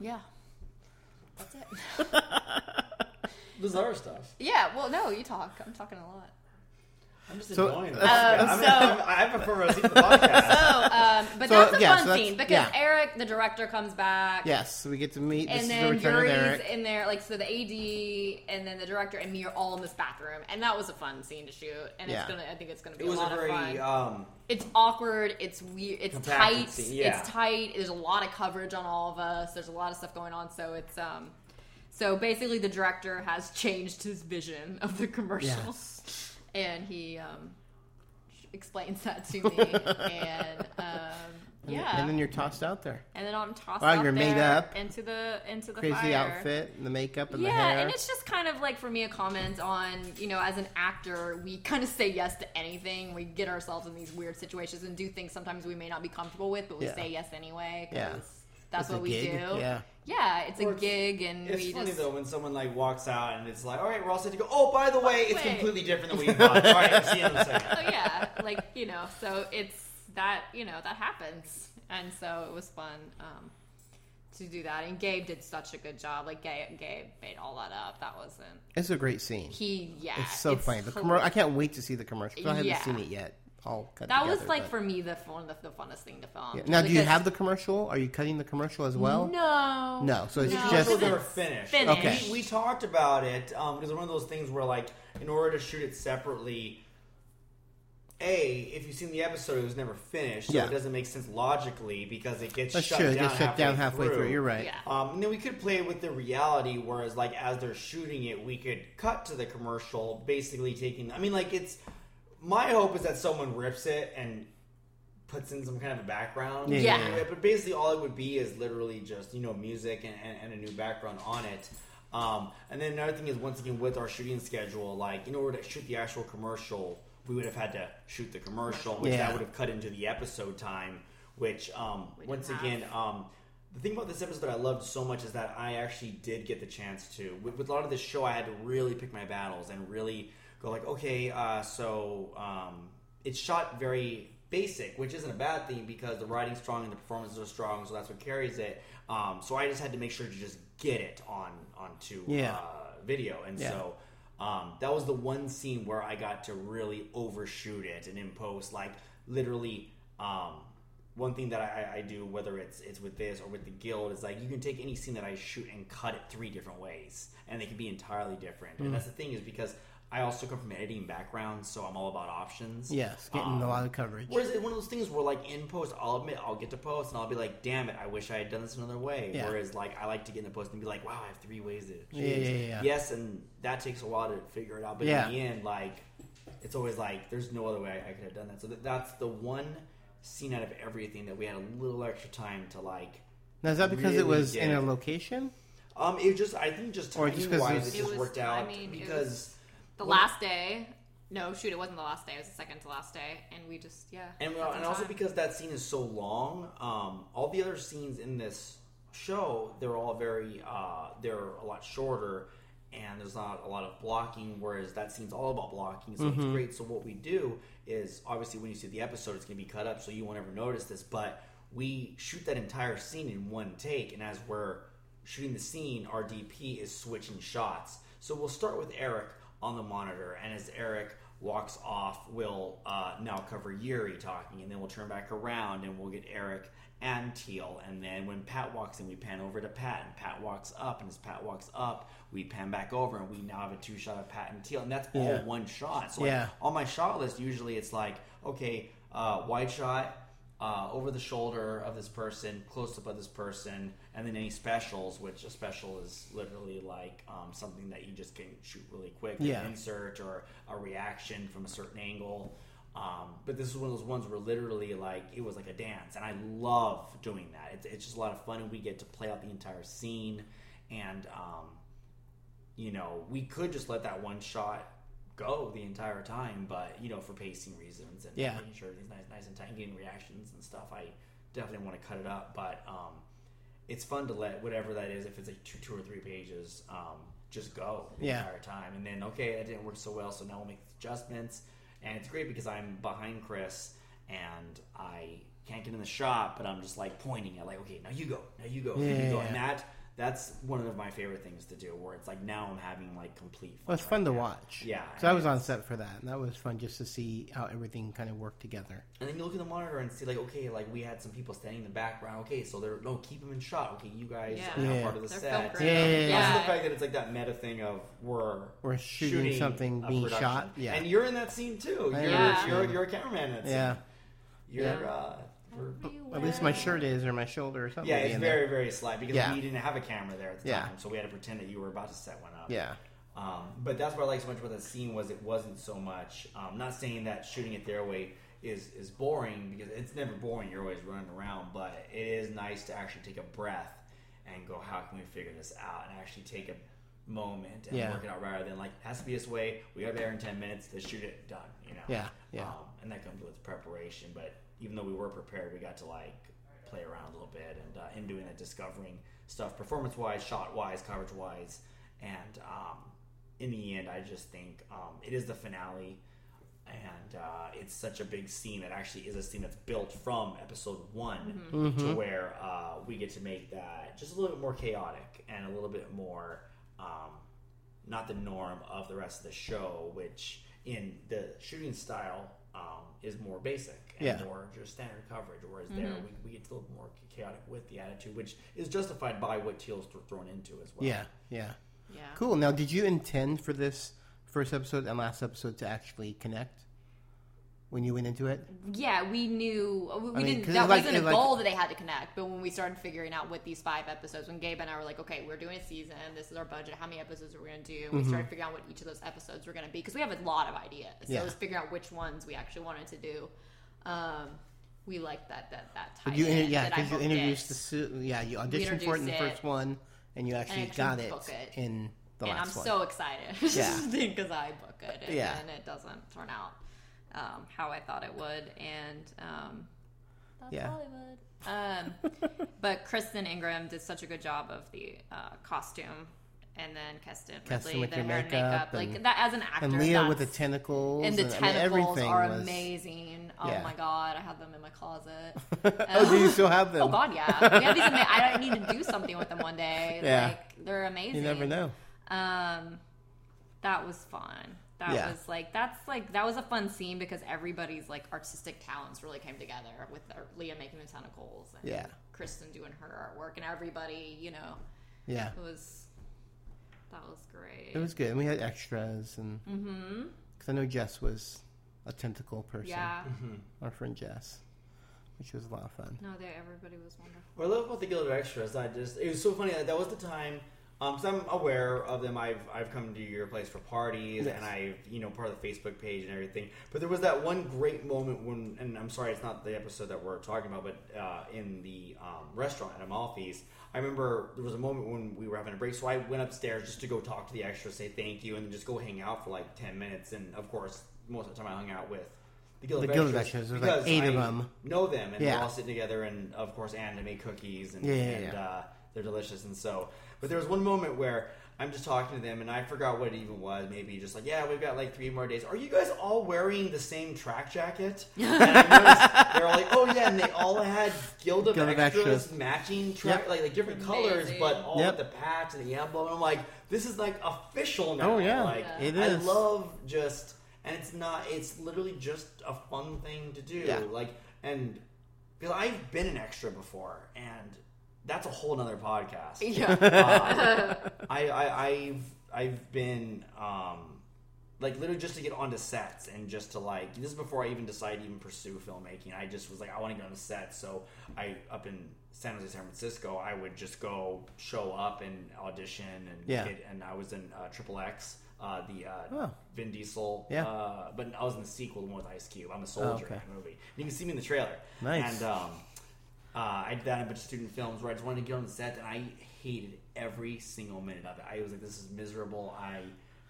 yeah. That's it.
Bizarre stuff.
Yeah, well, no, you talk. I'm talking a lot.
I'm just
So-
annoying.
that's-
I'm-
that's-
I'm- I'm- I prefer Rosie to the podcast.
Um, So, um, but
So,
that's a
yeah,
fun
so that's-
scene because
yeah.
Eric, the director, comes back.
Yes, so we get to meet. this
and
is the
then
return of
Yuri's
Eric.
in there, like so the AD and then the director and me are all in this bathroom, and that was a fun scene to shoot, and
Yeah.
it's gonna, I think it's gonna be
It was
a
a
lot
very
of fun.
um,
it's awkward, it's weird, it's
Compacted
tight,
scene, yeah.
it's tight. There's a lot of coverage on all of us. There's a lot of stuff going on, so it's um, so basically the director has changed his vision of the commercial, and he um explains that to me, and um,
And-
yeah,
And then you're tossed out there.
and then I'm tossed
Wow,
out
you're
there
made up.
into the into the
Crazy
fire.
outfit and the makeup and
yeah,
the hair.
and it's just kind of like for me a comment on you know as an actor we kind of say yes to anything. We get ourselves in these weird situations and do things sometimes we may not be comfortable with, but we
Yeah.
say yes anyway. 'cause
Yeah.
that's
It's a
what we
gig,
do.
yeah.
yeah, it's a
Or it's-
gig, and
It's
we
funny
just
though when someone like walks out and it's like, all right, we're all set to go. Oh, by the way, it's
Wait.
completely different than what you thought. all right, see you in a second.
oh yeah, like you know, so it's that you know that happens, and so it was fun um, to do that. And Gabe did such a good job. Like Gabe, Gabe made all that up. That wasn't
It's a great scene.
He- yeah,
It's so
it's
funny. The
cool.
commer- I can't wait to see the commercial. 'cause I haven't
Yeah.
seen it yet. All cut
that was
together,
like
but-
for me the one of the, the funnest thing to film.
Yeah. Now, do you
Because-
have the commercial? Are you cutting the commercial as well?
No.
No. So it's
No,
just
because
They were
it's
finished.
finished. Okay.
We, we talked about it because it's one of those things where, like, in order to shoot it separately, a if you've seen the episode, it was never finished, so
Yeah.
it doesn't make sense logically because it gets
That's
shut
true, it
down.
gets shut
halfway
down halfway through, you're right. Yeah.
Um, and then we could play with the reality, whereas, like, as they're shooting it, we could cut to the commercial, basically taking. I mean, like, it's my hope is that someone rips it and puts in some kind of a background.
Yeah, yeah, Yeah. yeah.
But basically, all it would be is literally just you know music and, and, and a new background on it. Um, and then another thing is once again with our shooting schedule, like in order to shoot the actual commercial, we would have had to shoot the commercial, which
Yeah.
that would have cut into the episode time. Which um, once
have.
again, um, the thing about this episode that I loved so much is that I actually did get the chance to. With, with a lot of this show, I had to really pick my battles and really go like, okay, uh, so um, it's shot very basic, which isn't a bad thing because the writing's strong and the performances are strong, so that's what carries it. Um, so I just had to make sure to just get it on onto
Yeah.
uh, video, and
Yeah.
so. Um, that was the one scene where I got to really overshoot it and impose like literally um, one thing that I, I do, whether it's it's with this or with the guild, is like you can take any scene that I shoot and cut it three different ways, and they can be entirely different.
Mhm.
And that's the thing is because I also come from an editing background, so I'm all about options.
Yes, getting a lot of coverage.
Whereas it's one of those things where like in post, I'll admit I'll get to post and I'll be like, damn it, I wish I had done this another way.
Yeah.
Whereas like I like to get in the post and be like, wow, I have three ways to.
Yeah, yeah, yeah, yeah.
Yes, and that takes a while to figure it out, but
Yeah.
in the end, like it's always like there's no other way I could have done that. So that, that's the one scene out of everything that we had a little extra time to like.
Now, is that because it
really
was
get
in a location?
Um, it just I think just
Or
timing
just 'cause
wise,
it's-
it
It
just
was-
worked out
I mean, it
because
was the
Well-
last day. No, shoot, it wasn't the last day. It was the second to last day, and we just yeah.
and
had
well,
some
and also
time.
because that scene is so long. Um, all the other scenes in this show they're all very uh, they're a lot shorter, and there's not a lot of blocking. Whereas that scene's all about blocking, so it's
Mhm.
great. So what we do is obviously when you see the episode, it's gonna be cut up, so you won't ever notice this. But we shoot that entire scene in one take, and as we're shooting the scene, our DP is switching shots. So we'll start with Eric on the monitor, and as Eric walks off, we'll uh, now cover Yuri talking, and then we'll turn back around and we'll get Eric and Teal. And then when Pat walks in, we pan over to Pat, and Pat walks up, and as Pat walks up, we pan back over, and we now have a two shot of Pat and Teal, and that's all
Yeah.
one shot. So like,
Yeah.
on my shot list, usually it's like, okay, uh, wide shot, uh, over the shoulder of this person, close up of this person, and then any specials, which a special is literally like um, something that you just can shoot really quick, an
Yeah.
insert or a reaction from a certain angle. Um, but this is one of those ones where literally like it was like a dance, and I love doing that. It's, it's just a lot of fun, and we get to play out the entire scene, and um, you know, we could just let that one shot go the entire time, but you know, for pacing reasons and
Yeah.
making sure these nice, nice and tight, getting reactions and stuff, I definitely want to cut it up. But um, it's fun to let whatever that is, if it's like two, two or three pages, um, just go the
Yeah.
entire time, and then okay, that didn't work so well, so now we'll make adjustments. And it's great because I'm behind Chris and I can't get in the shot, but I'm just like pointing at like, okay, now you go, now you go, now
Yeah,
you go,
yeah,
and
yeah.
that that's one of my favorite things to do, where it's like now I'm having like complete
Well, it's fun to watch.
Yeah.
So I was on set for that, and that was fun just to see how everything kind of worked together.
And then you look at the monitor and see, like, okay, like we had some people standing in the background. Okay, so they're no, keep them in shot. Okay, you guys
Yeah.
are now
Yeah.
part of the
They're
set.
filtering Yeah, them. yeah, yeah.
Also the fact that it's like that meta thing of we're
We're shooting something
a
being
production.
shot. Yeah.
and you're in that scene too.
I
You're
am.
you're, you're a cameraman. In that scene.
Yeah.
you're.
Yeah.
Uh, we're-
At least my shirt is, or my shoulder, or something.
yeah,
will be
it's
in
very
there.
very slight because
Yeah.
we didn't have a camera there at the
Yeah.
time, so we had to pretend that you were about to set one up.
Yeah.
Um, but that's what I like so much about that scene was it wasn't so much. Um, not saying that shooting it their way is is boring because it's never boring. You're always running around, but it is nice to actually take a breath and go, how can we figure this out? And actually take a moment and
Yeah.
work it out rather than like has to be this way. We got there in ten minutes. Let's shoot it. Done. You know.
Yeah, yeah.
Um, and that comes with preparation. But even though we were prepared, we got to like play around a little bit and uh, in doing that, discovering stuff, performance wise, shot wise, coverage wise, and um, in the end, I just think um, it is the finale, and uh, it's such a big scene that actually is a scene that's built from episode one
Mhm.
to
Mhm.
where uh, we get to make that just a little bit more chaotic and a little bit more. Um, not the norm of the rest of the show, which in the shooting style um, is more basic and
Yeah.
more just standard coverage. Whereas there,
Mhm.
we, we get a little more chaotic with the attitude, which is justified by what Teal's th- thrown into as well.
Yeah, yeah.
Yeah.
Cool. Now, did you intend for this first episode and last episode to actually connect when you went into it?
Yeah, we knew we, we
I mean, 'cause
didn't. That
it's like-
wasn't a
it's like-
goal that they had to connect. But when we started figuring out what these five episodes, when Gabe and I were like, "Okay, we're doing a season. This is our budget. How many episodes are we going to do?" We
Mhm.
started figuring out what each of those episodes were going to be because we have a lot of ideas. So
Yeah.
it was figuring out which ones we actually wanted to do. Um, we liked that that that
But
time.
you, inter- yeah,
that I
because you
booked it.
introduced the suit. Yeah, you auditioned for it in the
introduced
first
it,
one, and you actually
actually
got it,
book it.
in the
and
last
I'm
one.
so excited
Yeah.
because I book it and
Yeah.
then it doesn't turn out um, how I thought it would. And um, that's
Yeah.
Hollywood. Um, but Kristen Ingram did such a good job of the uh, costume. And then Keston
Keston
Ridley,
with
the
your
hair
makeup,
and makeup,
and,
like that as an actor.
and Leah with the
that's-
tentacles,
and the
I
tentacles
mean, everything
are
was-
amazing. Oh
Yeah.
my god, I have them in my closet.
Oh, do you still have them?
Oh god, yeah. We have these. Ama- I need to do something with them one day.
Yeah.
like, they're amazing.
You never know.
Um, that was fun. That
Yeah.
was like that's like that was a fun scene because everybody's like artistic talents really came together with uh, Leah making the tentacles and
Yeah.
Kristen doing her artwork and everybody, you know.
Yeah.
It was that was great.
It was good, and we had extras, and
Mhm.
because I know Jess was a tentacle person.
Yeah. Mhm.
Our friend Jess, which was a lot of fun.
No, they everybody was wonderful.
What I love about the Guild of Extras, I just it was so funny. That, that was the time Um, so I'm aware of them. I've I've come to your place for parties,
Yes.
and I've you know part of the Facebook page and everything. But there was that one great moment when, and I'm sorry, it's not the episode that we're talking about, but uh, in the um, restaurant at Amalfi's, I remember there was a moment when we were having a break. So I went upstairs just to go talk to the extras, say thank you, and then just go hang out for like ten minutes. And of course, most of the time I hung out with the Guild
The
of
Guild of
Extras
Extras, there's like
because
eight of
I
them.
Know them, and
Yeah.
we're all sitting together, and of course, anime cookies, and,
Yeah, yeah,
and
yeah.
uh, they're delicious. And so, but there was one moment where I'm just talking to them, and I forgot what it even was. Maybe just like, yeah, we've got like three more days. Are you guys all wearing the same track jacket? And I noticed they're all like, oh yeah, and they all had Guild of,
Guild of
Extras,
Extras.
matching track,
Yep.
like, like different colors, but all
Yep.
with the patch and the emblem. I'm like, this is like official now.
Oh, yeah.
like
It
I
is.
love just, and it's not. It's literally just a fun thing to do.
Yeah.
Like and because I've been an extra before, and that's a whole nother podcast.
Yeah.
Uh, I, I I've I've been um like literally just to get onto sets and just to like this is before I even decided to even pursue filmmaking. I just was like I want to get on the set, so I up in San Jose, San Francisco, I would just go show up and audition and
Yeah.
get, and I was in uh, Triple X. Uh, the uh,
Oh.
Vin Diesel,
Yeah. Oh,
uh, but I was in the sequel, the one with Ice Cube. I'm a soldier
okay.
in that movie. And you can see me in the trailer.
Nice.
And um, uh, I did that in a bunch of student films where I just wanted to get on the set, and I hated every single minute of it. I was like, "This is miserable. I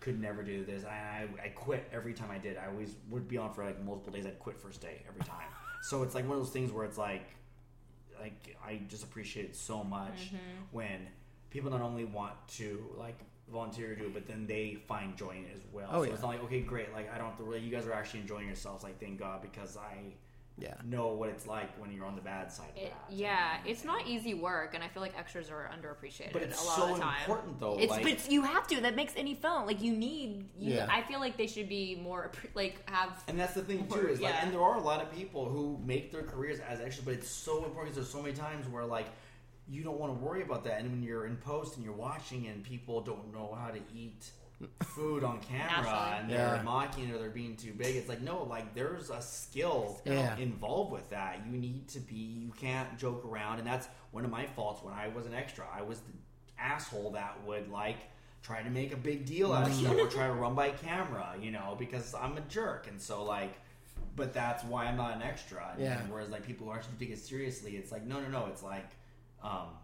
could never do this." And I, I quit every time I did. I always would be on for like multiple days. I'd quit first day every time. so it's like one of those things where it's like, like I just appreciate it so much
Mhm.
when people not only want to like volunteer to do it, but then they find joy in it as well.
Oh,
so
yeah.
it's not like okay, great, like I don't have to really. You guys are actually enjoying yourselves. Like thank God because I
yeah
know what it's like when you're on the bad side.
It, yeah, it's not easy work, and I feel like extras are underappreciated
But it's
a lot
so
of the time.
important, though,
It's,
like-
but you have to. That makes any film like you need. You,
Yeah.
I feel like they should be more appre- like have.
And that's the thing too
more-
is like,
yeah.
and there are a lot of people who make their careers as extras, but it's so important. 'cause There's so many times where like you don't want to worry about that, and when you're in post and you're watching, and people don't know how to eat food on camera,
Naturally.
and they're
Yeah.
mocking it or they're being too big. It's like no, like there's a skill
Yeah.
involved with that. You need to be. You can't joke around, and that's one of my faults when I was an extra. I was the asshole that would like try to make a big deal
Mm.
out of stuff or try to run by camera, you know, because I'm a jerk, and so like. But that's why I'm not an extra. And
Yeah.
Whereas like people who actually take it seriously, it's like no, no, no. It's like, um,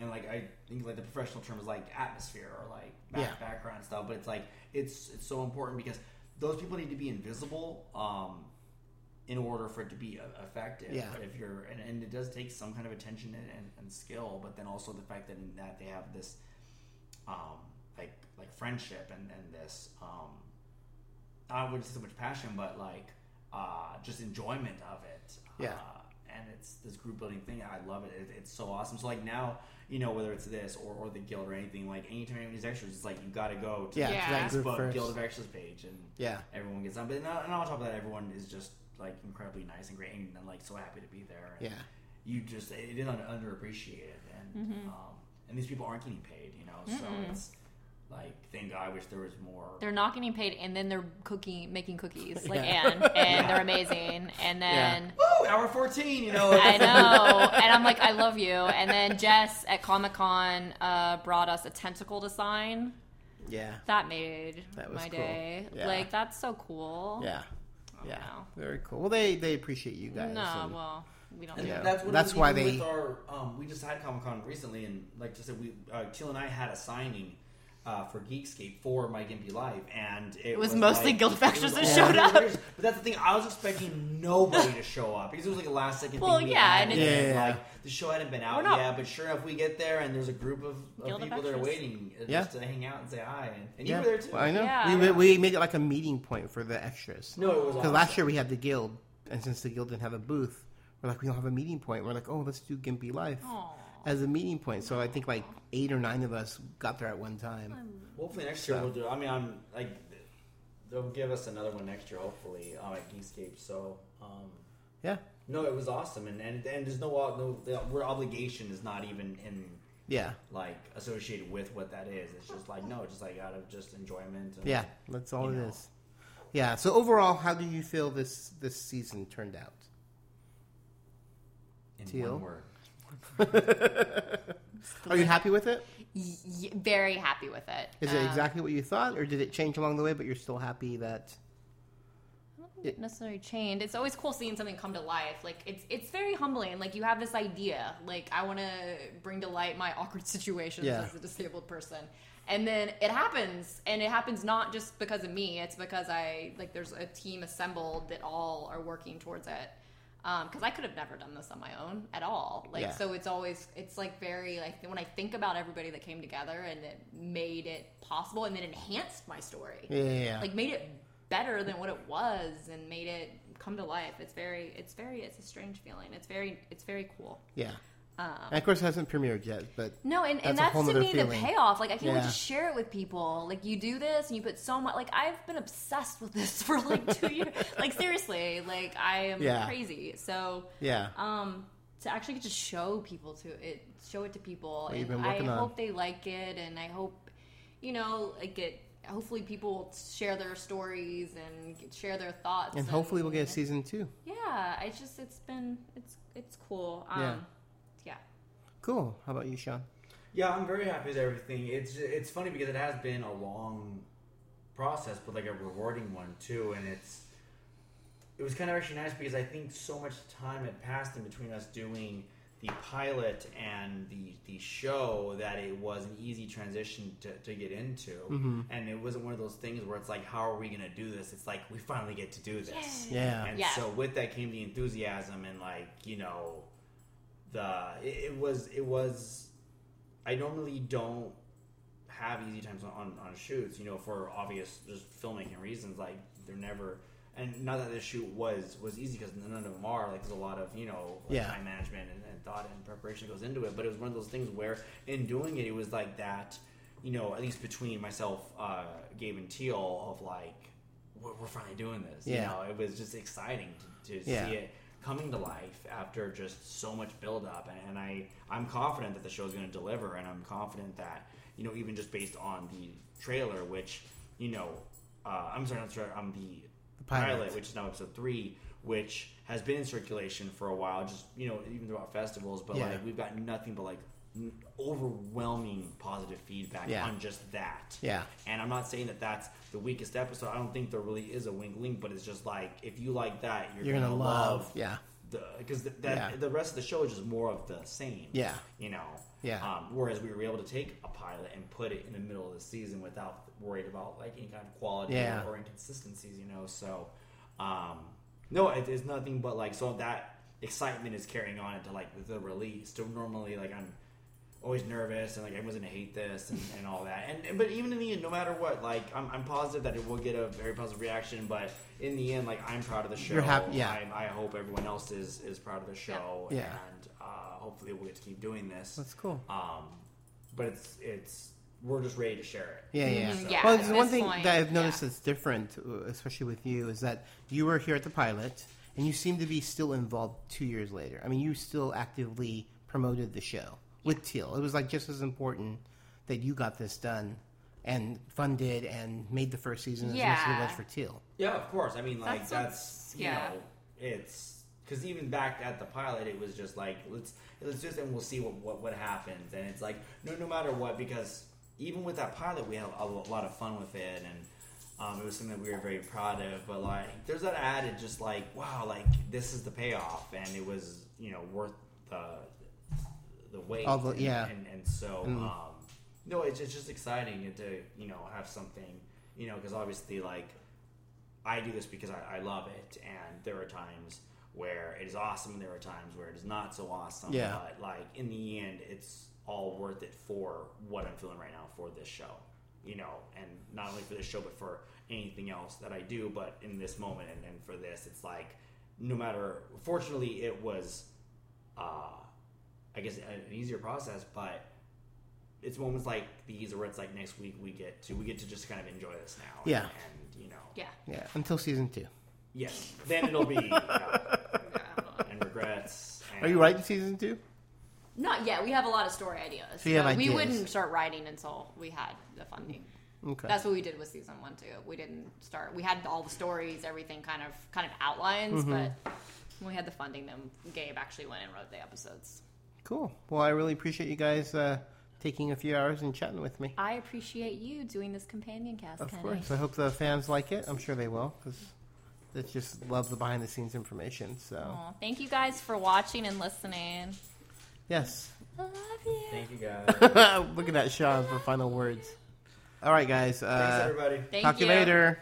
and like I think like the professional term is like atmosphere or like back,
Yeah.
background stuff. But it's like it's it's so important because those people need to be invisible. Um, in order for it to be uh, effective.
Yeah.
But if you're, and, and it does take some kind of attention and, and, and skill, but then also the fact that in that they have this, um, like like friendship and and this, um, I wouldn't say so much passion, but like uh, just enjoyment of it.
Yeah.
Uh, and it's this group building thing. I love it. it. It's so awesome. So like now, you know, whether it's this or, or the guild or anything, like anytime any of these extras, it's like you got to go to
Yeah,
the
to that group
Facebook
first.
guild of extras page and
Yeah.
everyone gets on. But not, and on top of that, everyone is just like incredibly nice and great, and, like so happy to be there. And
Yeah.
you just it is un- underappreciated, and
Mhm.
um, and these people aren't getting paid, you know. So
Mm-mm.
it's like thank God, I wish there was more.
They're not getting paid, and then they're cooking, making cookies like
Yeah.
Anne, and
Yeah.
they're amazing. And
Yeah.
then
Woo, hour fourteen, you know.
I know, and I'm like, I love you. And then Jess at Comic Con uh, brought us a tentacle to sign.
yeah
That made
That was
my
cool.
day.
Yeah.
Like that's so cool.
yeah yeah very cool well they they appreciate you guys
Oh, No,
and-
well, we don't.
And
do
Yeah.
that.
uh, That's, what
That's
we
why
do
they-
With our, um, we just had Comic Con recently, and like just said, we uh, Teal and I had a signing uh, for Geekscape for My Gimpy Live, and it,
It was mostly
like,
Guild of
it
Extras
was
that showed
all
up.
Guild of Extras. But that's the thing; I was expecting nobody to show up because it was like a last second.
Well,
thing we
yeah,
had,
and it's- Yeah.
like the show hadn't been out
We're not-
yet. But sure enough, we get there, and there's a group of,
Guild
of
of
people that are
Extras.
waiting uh,
Yeah.
just to hang out and say hi, and, and
yeah.
you were there too.
Well, I know.
Yeah.
We, we made it like a meeting point for the extras.
No, it was
because
awesome.
last year we had the guild, and since the guild didn't have a booth, we're like we don't have a meeting point. We're like, oh, let's do Gimpy Life as a meeting point. So I think like eight or nine of us got there at one time.
Hopefully next year
So-
we'll do. I mean, I'm like, they'll give us another one next year, hopefully, um, at Geekscape. So, um,
Yeah.
no, it was awesome, and and, and there's no no the word obligation is not even in
Yeah.
like associated with what that is. It's just like no, just like out of just enjoyment. And,
Yeah, that's all it is. Yeah. So overall, how do you feel this this season turned out?
In
Teal?
one word.
Are you happy with it?
Y- y- very happy with it.
Is it
Um,
exactly what you thought, or did it change along the way? But you're still happy that
it necessarily chained. It's always cool seeing something come to life. Like it's it's very humbling. Like you have this idea. Like I want to bring to light my awkward situations
Yeah.
as a disabled person, and then it happens, and it happens not just because of me. It's because I like there's a team assembled that all are working towards it. Because I could have never done this on my own at all. Like
Yeah.
so, it's always it's like very like when I think about everybody that came together and that made it possible and then enhanced my story.
Yeah, yeah, yeah.
Like made it better than what it was and made it come to life. It's very, it's very, it's a strange feeling. It's very, it's very cool.
yeah.
Um,
And of course, it hasn't premiered yet, but
no, and, and
a
that's
whole
to
nother
me the
feeling.
payoff. Like I can't wait
Yeah.
to share it with people. Like you do this and you put so much. Like I've been obsessed with this for like two years. Like seriously, like I am
Yeah.
crazy. So
Yeah.
um, to actually get to show people to it, show it to people.
What
and
you've been
I
working on.
hope they like it, and I hope you know like it. Hopefully, people will share their stories and get- share their thoughts.
and hopefully we'll get a season two.
yeah, it's just it's been it's it's cool. Um,
Yeah.
yeah.
Cool. How about you, Sean?
Yeah, I'm very happy with everything. It's it's funny because it has been a long process, but like a rewarding one too. And it's it was kind of actually nice because I think so much time had passed in between us doing the pilot and the the show that it was an easy transition to, to get into.
Mhm.
And it wasn't one of those things where it's like, how are we going to do this? It's like we finally get to do this.
Yay. Yeah.
And
Yeah.
so with that came the enthusiasm and like you know the it, it was it was I normally don't have easy times on, on, on shoots, you know, for obvious just filmmaking reasons. Like they're never, and not that this shoot was was easy because none of them are. Like there's a lot of you know like,
Yeah.
time management and, and thought and preparation goes into it. But it was one of those things where in doing it, it was like that. You know, at least between myself, uh, Gabe and Teal, of like we're, we're finally doing this.
Yeah.
You know, it was just exciting to, to
Yeah.
see it coming to life after just so much buildup. And, and I, I'm confident that the show's going to deliver. And I'm confident that, you know, even just based on the trailer, which, you know, uh, I'm sorry, not the trailer, I'm the,
pilot.
pilot. which is now episode three, which has been in circulation for a while, just, you know, even throughout festivals. But,
Yeah.
like, we've got nothing but, like, n- overwhelming positive feedback
Yeah.
on just that.
Yeah.
And I'm not saying that that's the weakest episode. I don't think there really is a wink link, but it's just like if you like that, you're,
You're
gonna,
gonna love,
love.
yeah.
Because th- that
Yeah.
the rest of the show is just more of the same.
Yeah.
You know.
Yeah.
Um, whereas we were able to take a pilot and put it in the middle of the season without worried about like any kind of quality
Yeah.
or inconsistencies. You know. So, um, no, it, it's nothing but like so that excitement is carrying on into like the release. So normally, like I'm always nervous and like everyone's gonna hate this and, and all that. And and- but even in the end, no matter what, like I'm, I'm positive that it will get a very positive reaction. But in the end, like I'm proud of the show.
You're happy- yeah.
I, I hope everyone else is is proud of the show.
Yeah.
And uh, hopefully we'll get to keep doing this.
That's cool.
Um, but it's it's we're just ready to share it.
Yeah, Mm-hmm. yeah.
Mm-hmm.
So-
Well, there's one thing that I've noticed that's different, uh, especially with you, is that you were here at the pilot, and you seem to be still involved two years later. I mean, you still actively promoted the show with Teal. It was like just as important that you got this done and funded and made the first season as much as it
Yeah.
was for Teal.
Yeah, of course. I mean, like
That's
that's,
what's-
you
yeah.
know, it's because even back at the pilot, it was just like let's let's just and we'll see what what, what happens. And it's like no, no matter what, because even with that pilot, we had a, lo- lot of fun with it, and um, it was something that we were very proud of. But like, there's that added just like wow, like this is the payoff, and it was you know worth the the wait.
All the-
and,
yeah.
and, and so.
Mm.
Um, no, it's, it's just exciting to you know have something you know because obviously like I do this because I, I love it, and there are times where it is awesome, and there are times where it is not so awesome.
Yeah.
But like in the end, it's all worth it for what I'm feeling right now for this show, you know, and not only for this show but for anything else that I do. But in this moment and, and for this, it's like no matter. Fortunately, it was, uh, I guess, an an easier process, but. It's moments like these where it's like next week we get to we get to just kind of enjoy this now. and-
Yeah.
and you know.
Yeah.
Yeah, until season two.
Yes. Then it'll be yeah, and regrets. And
Are you writing season two?
Not yet. We have a lot of story ideas.
So you have
but We
ideas.
wouldn't start writing until we had the funding.
Okay.
That's what we did with season one too. We didn't start. We had all the stories, everything kind of kind of outlines,
Mhm.
but when we had the funding, then Gabe actually went and wrote the episodes.
Cool. Well, I really appreciate you guys uh,
taking a few hours and chatting with me.
I appreciate you doing this companion cast,
Of
Kenny.
course. I hope the fans like it. I'm sure they will because they just love the behind the scenes information. So,
Aw, thank you guys for watching and listening.
yes.
I love you.
Thank you guys.
Look at that, Sean, for final words. All right, guys. Uh,
everybody.
Thank
talk to you
you.
later.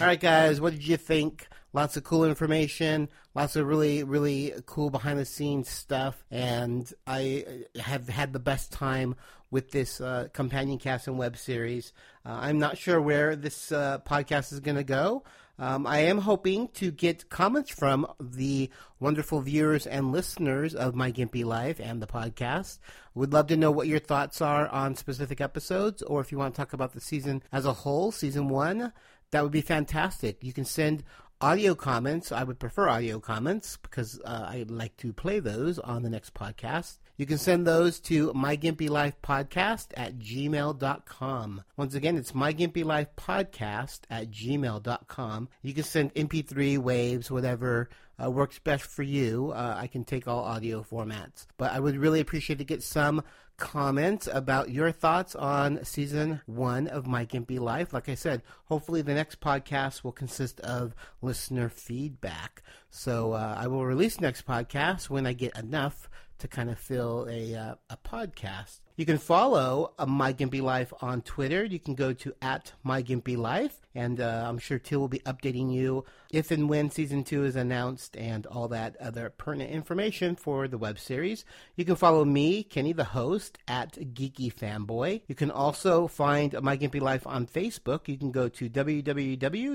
All right, guys. What did you think? Lots of cool information, lots of really, really cool behind the scenes stuff, and I uh, have had the best time with this uh, companion cast and web series. Uh, I'm not sure where this uh, podcast is going to go. Um, I am hoping to get comments from the wonderful viewers and listeners of My Gimpy Life and the podcast. Would love to know what your thoughts are on specific episodes, or if you want to talk about the season as a whole, season one. That would be fantastic. You can send audio comments. I would prefer audio comments because uh, I like to play those on the next podcast. You can send those to mygimpylifepodcast at gmail.com. Once again, it's mygimpylifepodcast at gmail.com. You can send MP3, waves, whatever uh, works best for you. Uh, I can take all audio formats. But I would really appreciate to get some comments about your thoughts on season one of My Gimpy Life. Like I said, hopefully the next podcast will consist of listener feedback. So uh, I will release next podcast when I get enough to kind of fill a, uh, a podcast. You can follow uh, My Gimpy Life on Twitter. You can go to at My Gimpy Life, and uh, I'm sure Till will be updating you if and when season two is announced and all that other pertinent information for the web series. You can follow me, Kenny, the host, at Geeky Fanboy. You can also find My Gimpy Life on Facebook. You can go to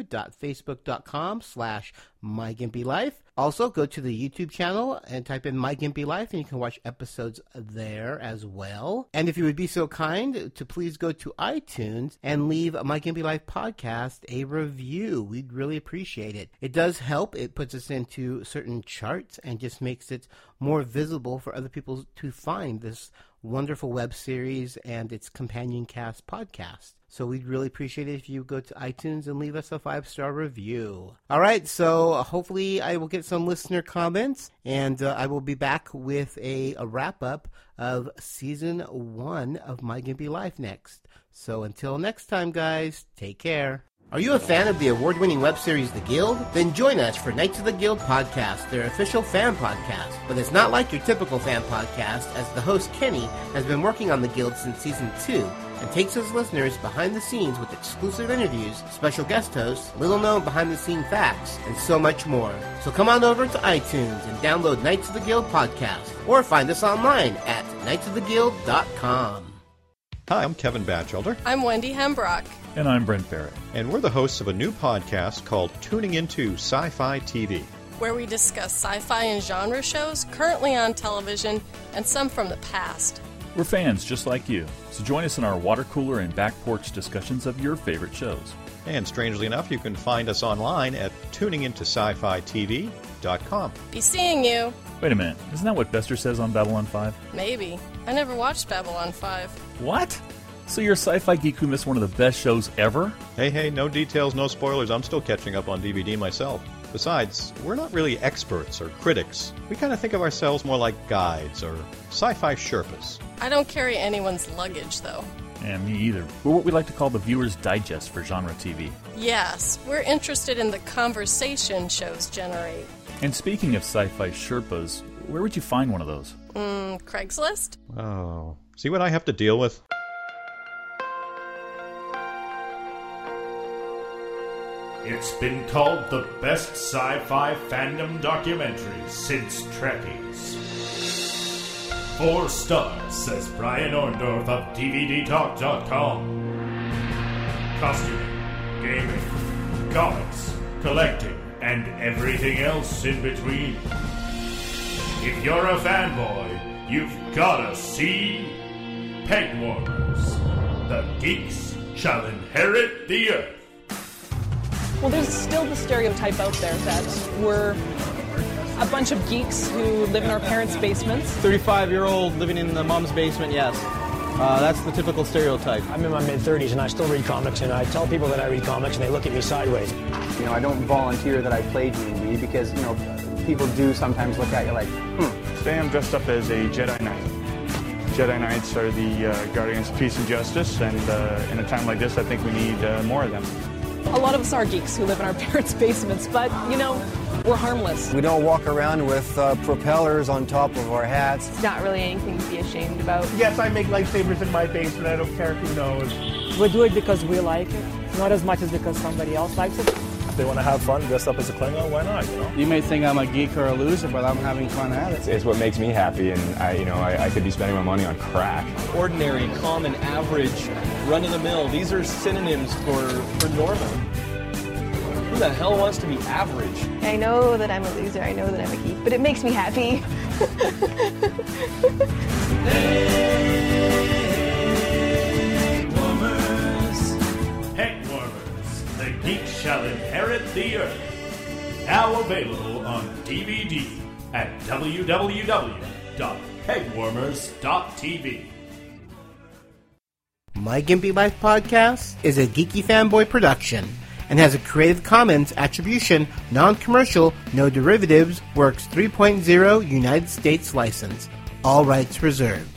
www.facebook.com slash My Gimpy Life. Also, go to the YouTube channel and type in My Gimpy Life, and you can watch episodes there as well. And if you would be so kind to please go to iTunes and leave My Gimpy Life podcast a review, we'd really appreciate it. It does help, it puts us into certain charts and just makes it more visible for other people to find this wonderful web series and its companion cast podcast. So we'd really appreciate it if you go to iTunes and leave us a five star review. All right, so uh, hopefully I will get some listener comments and uh, I will be back with a, a wrap up of season one of My Gimpy Life next. So until next time, guys, take care. Are you a fan of the award winning web series The Guild? Then join us for Knights of the Guild podcast, their official fan podcast. But it's not like your typical fan podcast, as the host Kenny has been working on The Guild since season 2 and takes his listeners behind the scenes with exclusive interviews, special guest hosts, little known behind the scene facts, and so much more. So come on over to iTunes and download Knights of the Guild podcast, or find us online at knightsoftheguild.com.
Hi, I'm Kevin Batchelder.
I'm Wendy Hembrock.
And I'm Brent Barrett. And we're the hosts of a new podcast called Tuning Into Sci Fi TV.
where we discuss sci fi and genre shows currently on television and some from the past.
We're fans just like you, so join us in our water cooler and back porch discussions of your favorite shows.
And strangely enough, you can find us online at tuningintoscifitv.com.
Be seeing you,
Wait a minute, isn't that what Bester says on Babylon 5?
maybe. I never watched Babylon 5.
What? So you're a sci-fi geek who missed one of the best shows ever?
Hey, hey, no details, no spoilers. I'm still catching up on DVD myself. Besides, we're not really experts or critics. We kind of think of ourselves more like guides or sci fi Sherpas.
I don't carry anyone's luggage, though.
And Eh, me either. We're what we like to call the viewer's digest for genre TV.
Yes, we're interested in the conversation shows generate.
And speaking of sci-fi Sherpas, where would you find one of those?
Mm, Craigslist?
Oh. See what I have to deal with?
It's been called the best sci fi fandom documentary since Trekkies. Four stars, says Brian Orndorff of DVDTalk.com. Costuming, gaming, comics, collecting, and everything else in between. If you're a fanboy, you've gotta see Peg Warmers. The geeks shall inherit the earth.
Well, there's still the stereotype out there that we're a bunch of geeks who live in our parents' basements.
35 year old living in the mom's basement, yes. Uh, that's the typical stereotype.
I'm in my mid 30s and I still read comics, and I tell people that I read comics, and they look at me sideways.
You know, I don't volunteer that I play D&D because, you know, people do sometimes look at you like, hmm,
Today I'm dressed up as a Jedi Knight. Jedi Knights are the uh, guardians of peace and justice, and uh, in a time like this, I think we need uh, more of them.
A lot of us are geeks who live in our parents' basements, but you know, we're harmless.
We don't walk around with uh, propellers on top of our hats.
It's not really anything to be ashamed about.
Yes, I make lightsabers in my basement. I don't care who knows.
We do it because we like it, not as much as because somebody else likes it.
If they want to have fun, dress up as a Klingon, why not? You know.
You may think I'm a geek or a loser, but I'm having fun at it.
It's, it's what makes me happy, and I, you know, I, I could be spending my money on crack.
Ordinary, common, average, run-of-the-mill. These are synonyms for for normal. Who the hell wants to be average?
I know that I'm a loser, I know that I'm a geek, but it makes me happy.
Headwarmers, the geek shall inherit the earth. Now available on DVD at www.headwarmers.tv.
My Gimpy Life podcast is a geeky fanboy production and has a Creative Commons Attribution, Non Commercial, No Derivatives, Works 3.0 United States license. All rights reserved.